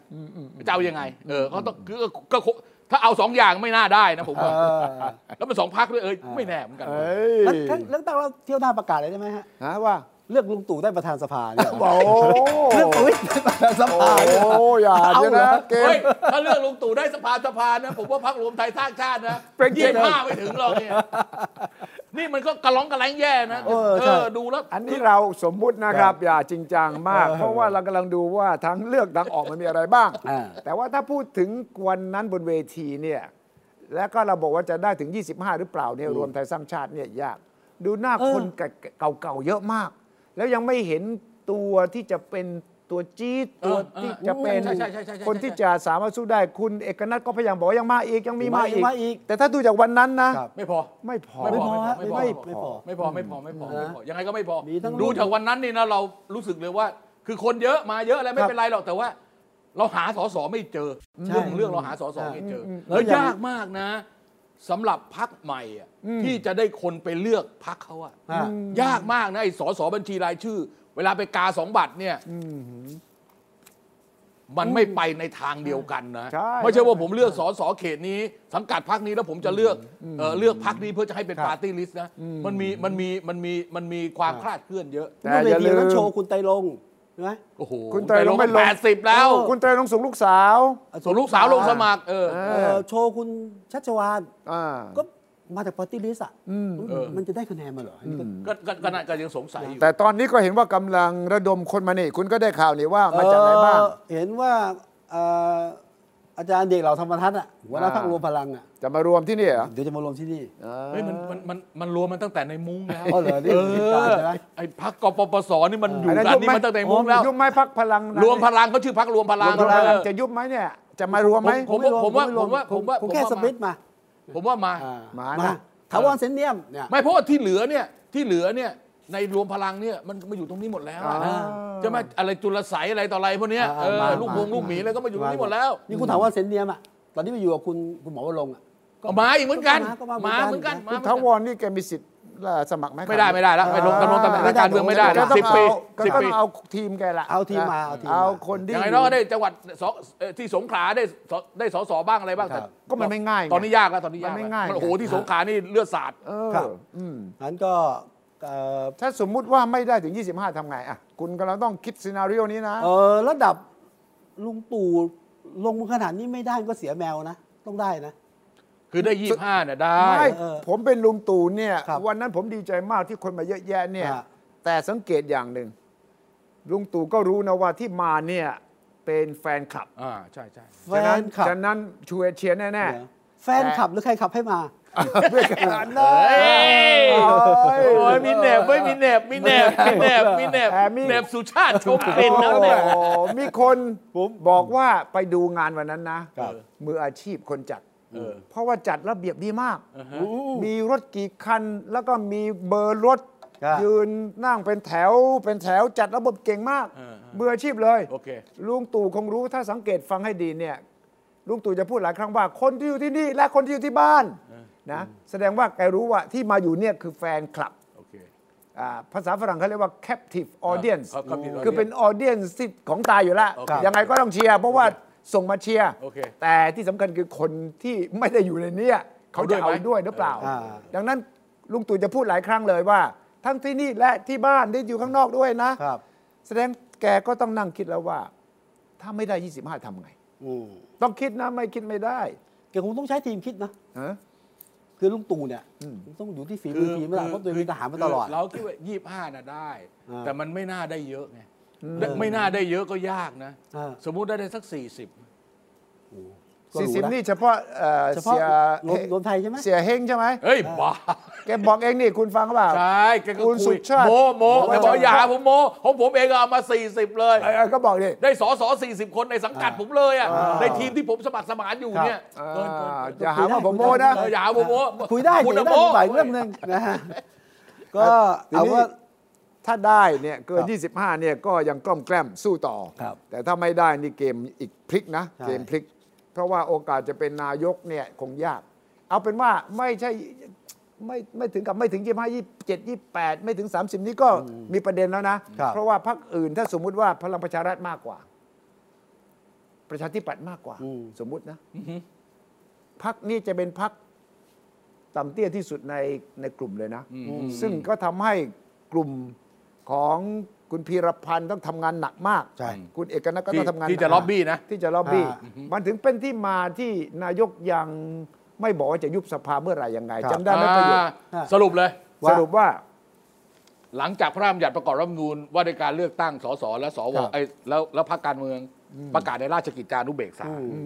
S2: จะเอายังไง เออก็ต้องคือก็คงถ้าเอาสองอย่างไม่น่าได้นะผมว่า
S1: เออ
S2: แล้วมันสองพักด้วยเอยไม่แน่เหมือนกัน
S3: เอ้ย
S1: แล้วแล้วแล้วตั้งเราเที่ยวหน้าประกาศเลยได้ไหมฮะ
S3: หาว่า
S1: เลือกลุงตู่ได้ประธานสภาเนี่ย
S3: โอ้
S1: เลือกประวิทย์ได้ประธานส
S3: โอ้
S1: ภาเนี่ย
S3: อย่าเดี๋ยวนะ
S1: เอาเหรอ
S3: เกม
S2: เฮ้ยถ้าเลือกลุงตู่ได้สภาสภานะ ผมว่าพักรวมไทยสร้างชาตินะ
S3: เป็นจริ
S2: ยี่
S3: งเลย
S2: ห้าไม่ถึงหรอกเนี่ยนี่มันก็กระล้องกระแรงแย่นะ
S1: เออใช่
S2: ดูแล้ว
S3: อันนี้เราสมมุตินะค
S1: ครั
S3: รั
S1: บบ
S3: อย่าจริงจังมาก
S1: เออ
S3: เพราะว่าเรากำลังดูว่าทั้งเลือกทั้งออกมันมีอะไรบ้าง
S1: อ่า
S3: แต่ว่าถ้าพูดถึงวันนั้นบนเวทีเนี่ยแล้วก็เราบอกว่าจะได้ถึง 25 หรือเปล่าเนี่ยรวมไทยสร้างชาติเนี่ยยาก ดูหน้าคนเก่าๆเยอะมาก แล้วยังไม่เห็นตัวที่จะเป็นตัวจี๊ดตัว
S2: เออเออ
S3: ที่จะเป็น
S2: ใช่ใช่ใช่ใช่ใช่
S3: คนที่จะสามารถสู้ได้คุณเอกนัทก็พยายามบอกว่ายังมาอีกยังมีมา
S1: ยังมาอีก
S3: แต่ถ้าดูจากวันนั้นนะ
S1: ครับ
S2: ไม่พอ
S3: ไม่พอ
S1: ไม่พอฮะ
S2: ไม่พอ
S1: ไม่ไม่พอ
S2: ไม่พอไม่พอไม่พอไม่พอยังไงก็ไม่พอ
S1: มีทั้ง
S2: ดู
S1: รุ่น
S2: จากวันนั้นนี่นะเรารู้สึกเลยว่า คือคนเยอะมาเยอะอะไรไม่เป็นไรหรอกแต่ว่า เราหาสสไม่เจอเรื่องของเรื่องเราหาสสไม่เจอแล้วยากมากนะสำหรับพักใหม่อะที่จะได้คนไปเลือกพักเขาอะ
S1: อ่ะ
S2: ยากมากนะไอ้สสบัญชีรายชื่อ เวลาไปกาสองบัตรเนี่ยมันไม่ไปในทางเดียวกันนะ
S3: ใช่
S2: ไม่ใช่ว่าผมเลือกสสเขตนี้ สังกัดพักนี้แล้วผมจะเลือกเอ่อเลือกพักนี้เพื่อจะให้เป็น
S1: ครับ
S2: ปาร์ตี้ลิสต์นะมันมีมันมีมันมีมันมีความคลาดเคลื่อนเยอะ
S3: แต่
S1: แต่
S3: อย่าลื
S1: เวทีนั้น
S3: ม
S1: โชว์คุณไตรลงค์ใช่ไหม
S2: โอ้โห
S3: คุณไตรรงค์ไม่ลง
S2: แปดสิบแล้ว
S3: คุณเตยลงสูงลูกสาว
S2: ส่วนลูกสาวลงสมัคร เออ
S3: เอ
S1: เอ่อโชว์คุณชัชวาน
S3: อ่า
S1: ก็มาจากปาร์ตี้ลิสต์อ่ะ
S2: เออ
S1: มันจะได้คะแนนมาเหรออันนี้ก็
S2: ก็ก็ก็น่าก็ยังสงสัยอยู่
S3: แต่ตอนนี้ก็เห็นว่ากำลังระดมคนมานี่ คุณก็ได้ข่าวนี่ว่ามาจากไหนบ้าง
S1: เอ่อเห็นว่าเอ่ออาจารย์เด็กเหล่าธรรมทัศน์อ่ะหัวหน้า
S3: อ่า
S1: พรรครวมพลังอ่ะ
S3: จะมารวมที่นี่เหรอ
S1: เดี๋ยวจะมารวมที่นี่
S2: เฮ้ยมันมันมันมันรวมมันตั้งแต่ในมุ้งแล้ว
S1: อ๋อเหรอนี่มี
S2: อ
S1: การใช่ไหม
S2: ไอ้พักกปปสนี่มันอยู่
S3: อั
S2: กันนี่มันตั้งแต่ในมุ้งแล้ว
S3: ยุบไหมพักพลังนะ
S2: รวมพลังเขาชื่อพักรวมพลัง
S3: รวมพลัง
S2: เออ
S3: จะยุบไหมเนี่ย จะ จะมารวมไหม
S2: ผมว่าผมว่า
S1: ไร
S2: ผมว่าผมว่า
S1: ผม
S2: ผม
S1: แค่
S2: ว่า
S1: ส
S2: มา
S1: ปริตมา
S2: ผมว่ามา
S1: อ่
S3: มานะ
S1: มาถาวรเซนเนียมเนี่ย
S2: ไม่เพราะว่าที่เหลือเนี่ยที่เหลือเนี่ยในรวมพลังเนี่ยมันมาอยู่ตรงนี้หมดแล้วอะ
S1: อ่า
S2: จะมาอะไรจุลไสยอะไรต่ออะไรพวกเนี้ย
S1: อ่า
S2: เออ
S1: มา
S2: ลูก
S1: าว
S2: งลูกหมีอะไรก็มาอยู่ตรงนี้หมดแล้ว
S1: นี่คุณถาวรเซนเนียมอ่ะตอนนี้ไปอยู่กับคุณคุณหมอวรงค์อ่ะ
S2: ก็มาอีกเหมือนกัน
S1: ก็มา
S2: มา
S1: เห
S2: เห
S1: มื
S2: มือ
S1: อน นกั
S2: กัน
S1: น
S2: มาเหมือน
S3: คุณ
S2: กัน
S3: ทาวรนี่แกมีสิทธิ์เอ่อสมัครไหม
S2: ไม่ได้ไม่ได้แล้วไปลงดำรงตำแหน่งทางการเมืองไม่ได้
S1: ไม่ได้
S2: แล้ว
S3: สิ
S2: สิ
S3: บบ ปี
S2: ปี
S3: ก็
S2: สิบ
S3: ต้อง
S2: ปี
S3: เอาทีมแกละ
S1: เอาทีมมาเอาทีมมา
S3: เอาคน
S2: อ
S3: ที่
S2: ย่างไรน้อยก็ได้จังหวัดสองเอ่อที่สงขลาได้สอได้สสบ้างอะไรบ้างแต่
S1: ครับ
S3: ก็มันไม่ง่าย
S2: ตอนนี้ยากแล้วตอนนี้ยาก
S3: มันไม่
S2: แล้ว
S3: ง่าย
S2: มันโอ้โหที่สงขลานี่เลือดสาด
S3: เออ
S1: ครับ
S3: อืม
S1: นั้นก็เอ่อ
S3: ถ้าสมมุติว่าไม่ได้ถึง 25ทำไงอ่ะคุณกำลังต้องคิดซีนารีโอนี้นะ
S1: เอ่อระดับลุงตู่ลงขนาดนี้ไม่ได้ก็เสียแมวนะ ต้องได้นะ
S2: คือได้ยี่สิบห้าเนี่ยได้
S3: ไม่
S1: เออ
S3: ผมเป็นลุงตู่เนี่ย
S1: ครับ
S3: วันนั้นผมดีใจมากที่คนมาเยอะแยะเนี่ย
S1: ฮะ
S3: แต่สังเกตอย่างหนึ่งลุงตู่ก็รู้นะว่าที่มาเนี่ยเป็นแฟนคลับ
S2: อ่าใช่ใช่
S1: แฟนคลับ
S3: ฉะนั้นช่วยเชียร์แน่
S1: เหรอแฟนคลับหรือใครขับให้มา
S3: ๆเพื่อการนะ
S2: เอ้ย
S3: โอ้ย
S2: โอ้ยมีแหนบไม่มีแหนบมีแหนบมีแหนบมีแหนบ
S3: แหมมี
S2: แหนบสุชาติชมกลิ่นนะแหนบ
S3: โอ้โหมีคน
S1: ผม
S3: บอกว่าไปดูงานวันนั้นนะ
S1: ครับ
S3: มืออาชีพคนจัด
S2: เออ
S3: เพราะว่าจัดระเบียบดีมาก มีรถกี่คัน แล้วก็มีเบอร์รถ
S1: ครับ
S3: ยืนนั่งเป็นแถวเป็นแถวจัดระบบเก่งมาก
S2: เออเออ
S3: มืออาชีพเลย
S2: โอเค
S3: ลุงตู่คงรู้ถ้าสังเกตฟังให้ดีเนี่ยลุงตู่จะพูดหลายครั้งว่าคนที่อยู่ที่นี่และคนที่อยู่ที่บ้านนะแสดงว่าแกรู้ว่าที่มาอยู่เนี่ยคือแฟนคลับ
S2: โอเค
S3: อ่าภาษาฝรั่งเขาเรียกว่า captive audience
S2: ครับ captive audience
S3: คือเป็น audience ที่ของตายอยู่แล้ว
S2: โอเค
S3: ยังไงก็ต้องเชียร์ เพราะว่าส่งมาเชียร์
S2: โอเค
S3: แต่ที่สำคัญคือคนที่ไม่ได้อยู่ในเนี้ยเขาจะเอา
S2: เอาด้วยไหม
S3: ด้วยหรือเปล่า
S1: อ่า
S3: ดังนั้นลุงตู่จะพูดหลายครั้งเลยว่า ทั้งที่นี่และที่บ้านได้อยู่ข้างนอกด้วยนะ
S1: ครับ
S3: แสดงแกก็ต้องนั่งคิดแล้วว่า ถ้าไม่ได้ 25ทำไง
S1: อืม
S3: ต้องคิดนะไม่คิดไม่ได้
S1: แกคงต้องใช้ทีมคิดนะ
S3: ฮะ
S1: คือลุงตู่เนี่ยต้องอยู่ที่ฝีมือทีมแล้วล่ะเพราะตัวเองเป็นทหารมาตลอด
S2: เราคิดว่ายี่ห้า25น่ะได้
S1: อ่า
S2: แต่มันไม่น่าได้เยอะไงและไม่น่าได้เยอะก็ยากนะ
S1: อ่า
S2: สมมุติได้ได้สักสี่สิบ
S1: ก็
S3: สี่
S1: รู้
S3: สิบ
S1: นะ
S3: นี่เฉพาะเอ่อ
S1: เฉพาะ
S3: สีย
S1: รวมรวมไทยใช่ไหม
S3: เสียเฮงใช่ไหม
S2: เฮ้ยบ้า
S3: แกบอกเองนี่คุณฟังหรือเปล่า
S2: ใช่แกก็
S3: คุณสุ
S2: คุย
S3: ชาติ
S2: โมโม
S3: บอกว่า
S2: แต่บอกอย่าหาผมโมของผมเองเอามาสี่สิบเลย
S3: เออเออก็บอกดิ
S2: ได้สอสอสี่สิบคนในสังกัดผมเลยอ่ะในทีมที่ผมสมัครสมานอยู่เนี่ย
S3: อ่า
S2: เกินเกินเกิน
S3: อย่าหาว่าผมโม้นะ
S2: เอออย่าหาผมโม
S1: คุยได้
S2: คุ
S1: คุ
S2: ณ
S1: ย
S2: นะ
S1: ได้
S2: โม
S1: คุยได้เรื่องหนึ่งนะฮะก็
S3: ที
S1: เอา
S3: นี้
S1: ว่า
S3: ถ้าได้เนี่ยเกิน
S1: ครับ
S3: 25 เนี่ยก็ยังกล้อมแกล้มสู้ต่อ
S1: ครับ
S3: แต่ถ้าไม่ได้นี่เกมอีกพลิกนะ
S1: ใช่
S3: เกมพลิก เพราะว่าโอกาสจะเป็นนายกเนี่ยคงยาก เอาเป็นว่าไม่ใช่ไม่ไม่ถึงกับไม่ถึง 25 27 28 ไม่ถึง 30 นี่ก็มีประเด็นแล้วนะ
S1: ครับ
S3: เพราะว่าพรรคอื่นถ้าสมมุติว่าพลังประชารัฐมากกว่า ประชาธิปัตย์มากกว่า สมมุตินะพักนี้จะเป็นพักต่ำเตี้ยที่สุดในในกลุ่มเลยนะ ซึ่งก็ทำให้กลุ่มของคุณพีรพันธ์ต้องทำงานหนักมาก
S1: ใช่
S3: คุณเอกนัทก็
S2: ที่
S3: ต้องทำงาน
S2: ที่
S3: หนัก
S2: จะล็อบบี้นะ
S3: ที่จะล็อบบี้
S1: อ่า
S3: มันถึงเป็นที่มาที่นายกยังไม่บอกว่าจะยุบสภาเมื่อไหร่ยังไง
S1: ครับ
S3: จำได้ไหมประโยค
S1: อ่า
S2: สรุปเลย
S3: สรุปว่า
S2: หลังจากพระราชบัญญัติประกอบรัฐธรรมนูญว่าด้วยการเลือกตั้งสสและสว
S1: ครับ
S2: ไอ้แล้วแล้วพรรคการเมืองประกาศในราชกิจจานุเบกษา
S1: อื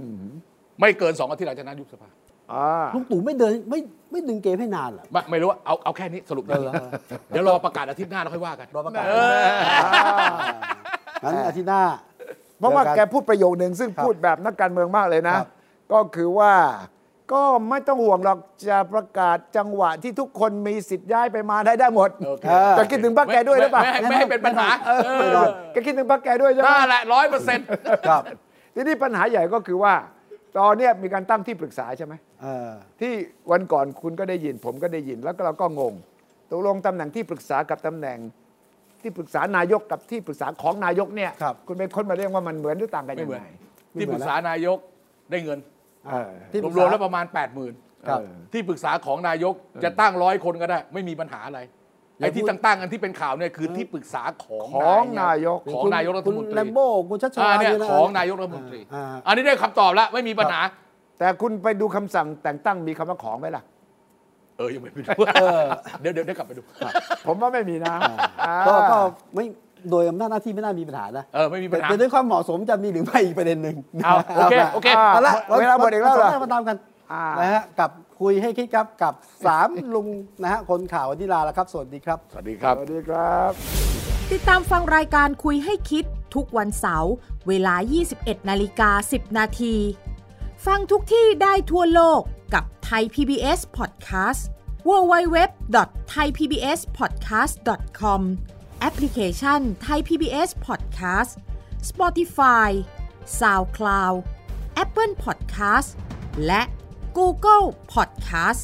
S2: ไม่เกินสองอาทิตย์หลังจากนั้นยุบสภา
S3: อ่า
S1: ลุงตู่ไม่เดินไม่ไม่ดึงเกมให้นานเหรอ
S2: ไม่ไม่รู้ว่าเอาเอาแค่นี้สรุปนะ
S1: เออเออ
S2: เดี๋ยวรอประกาศอาทิตย์หน้าแล้วค่อยว่ากัน
S1: รอประกาศ
S2: เออ
S1: งั้นอาทิตย์หน้า
S3: เพราะว่าแกพูดประโยคหนึ่งซึ่ง
S1: ครับ
S3: พูดแบบนักการเมืองมากเลยนะ
S1: ครับ
S3: ก็คือว่าก็ไม่ต้องห่วงหรอกจะประกาศจังหวะที่ทุกคนมีสิทธิ์ย้ายไปมาได้ได้หมด
S2: โอเค
S3: แต่คิดถึงพรรคแกด้วยหรือเปล่า
S2: ไม่ไม่ไม่ให้เป็นปัญหา
S3: เออ
S2: เออ
S3: แกคิดถึงพรรคแกด้วยใช่ไหม
S2: น่าแหละร้อยเปอร์เซ็นต์
S1: ครับ
S3: ทีนี้ปัญหาใหญ่ก็คือว่า ตอนเนี้ยมีการตั้งที่ปรึกษาใช่ไหม
S1: เออ
S3: ที่วันก่อนคุณก็ได้ยิน ผมก็ได้ยินแล้วก็เราก็งงตกลงตำแหน่งที่ปรึกษากับตำแหน่ง ที่ปรึกษานายกกับที่ปรึกษาของนายกเนี่ย
S1: ครับ
S3: ณเป็นคนมาเรียกว่ามันเหมือนหรือต่างกัน
S2: ไม่
S3: ยัง
S2: เหมือน
S3: ไง
S2: ที่ปรึกษานายกได้เงิน
S3: เออ
S1: ที่ปกษาร
S2: วมๆแล้วประมาณ 8 0 0 0 0ื่น
S1: ครับ
S2: ที่ปรึกษาของนายกจะตั้งร้อยคนก็ได้ ไม่มีปัญหาอะไรไอ้ที่
S1: พูด
S2: ตั้งๆกันที่เป็นข่าวเนี่ยคือที่ปรึกษาของ
S3: ของนายก
S2: ของนายกรัฐมนต
S1: คุณ
S2: รี
S1: แลมโบ้คุณชั
S2: อ่าว
S1: ชาล
S2: เนี่ย
S1: เะ
S2: ของนายกรัฐมนตรี
S1: อ่า
S2: อันนี้ได้คำตอบแล้วไม่มีปัญหา
S3: แต่คุณไปดูคำสั่งแต่งตั้งมีคำว่าของไหมล่ะ
S2: เออยังไม่ไปดูเดี๋ยวเดี๋ยวเดี๋ยวกลับไปดู
S3: ผมว่าไม่มีนะ
S1: ก็
S3: อ่า
S1: ก็ไม่โดยอำนาจหน้าที่ไม่น่ามีปัญหานะ
S2: เออไม่มีปัญหา
S1: แต่ด้วยความเหมาะสมจะมีหรือไม่อีกประเด็นหนึ่ง
S2: เอาโอเค
S1: นะรับ
S2: โอ
S1: เอาละ
S2: เค
S3: าเวลาหมดอีกแล้วเหรอ
S1: นสงน้ามาตามกัน
S3: อ่าน
S1: นะฮะกับคุยให้คิดครับกับ 3 ลุงนะฮะคนข่าววันนี้ลาแล้วครับ สวัสดีครับ
S2: สวัสดีครับ
S3: สวัสดีครับ
S6: ติดตามฟังรายการคุยให้คิด ทุกวันเสาร์เวลา 21 นาฬิกา 10 นาที ฟังทุกที่ได้ทั่วโลกกับไทย PBS Podcast www.thaipbspodcast.com แอปพลิเคชัน Thai PBS Podcast Spotify SoundCloud Apple Podcast และ Google Podcast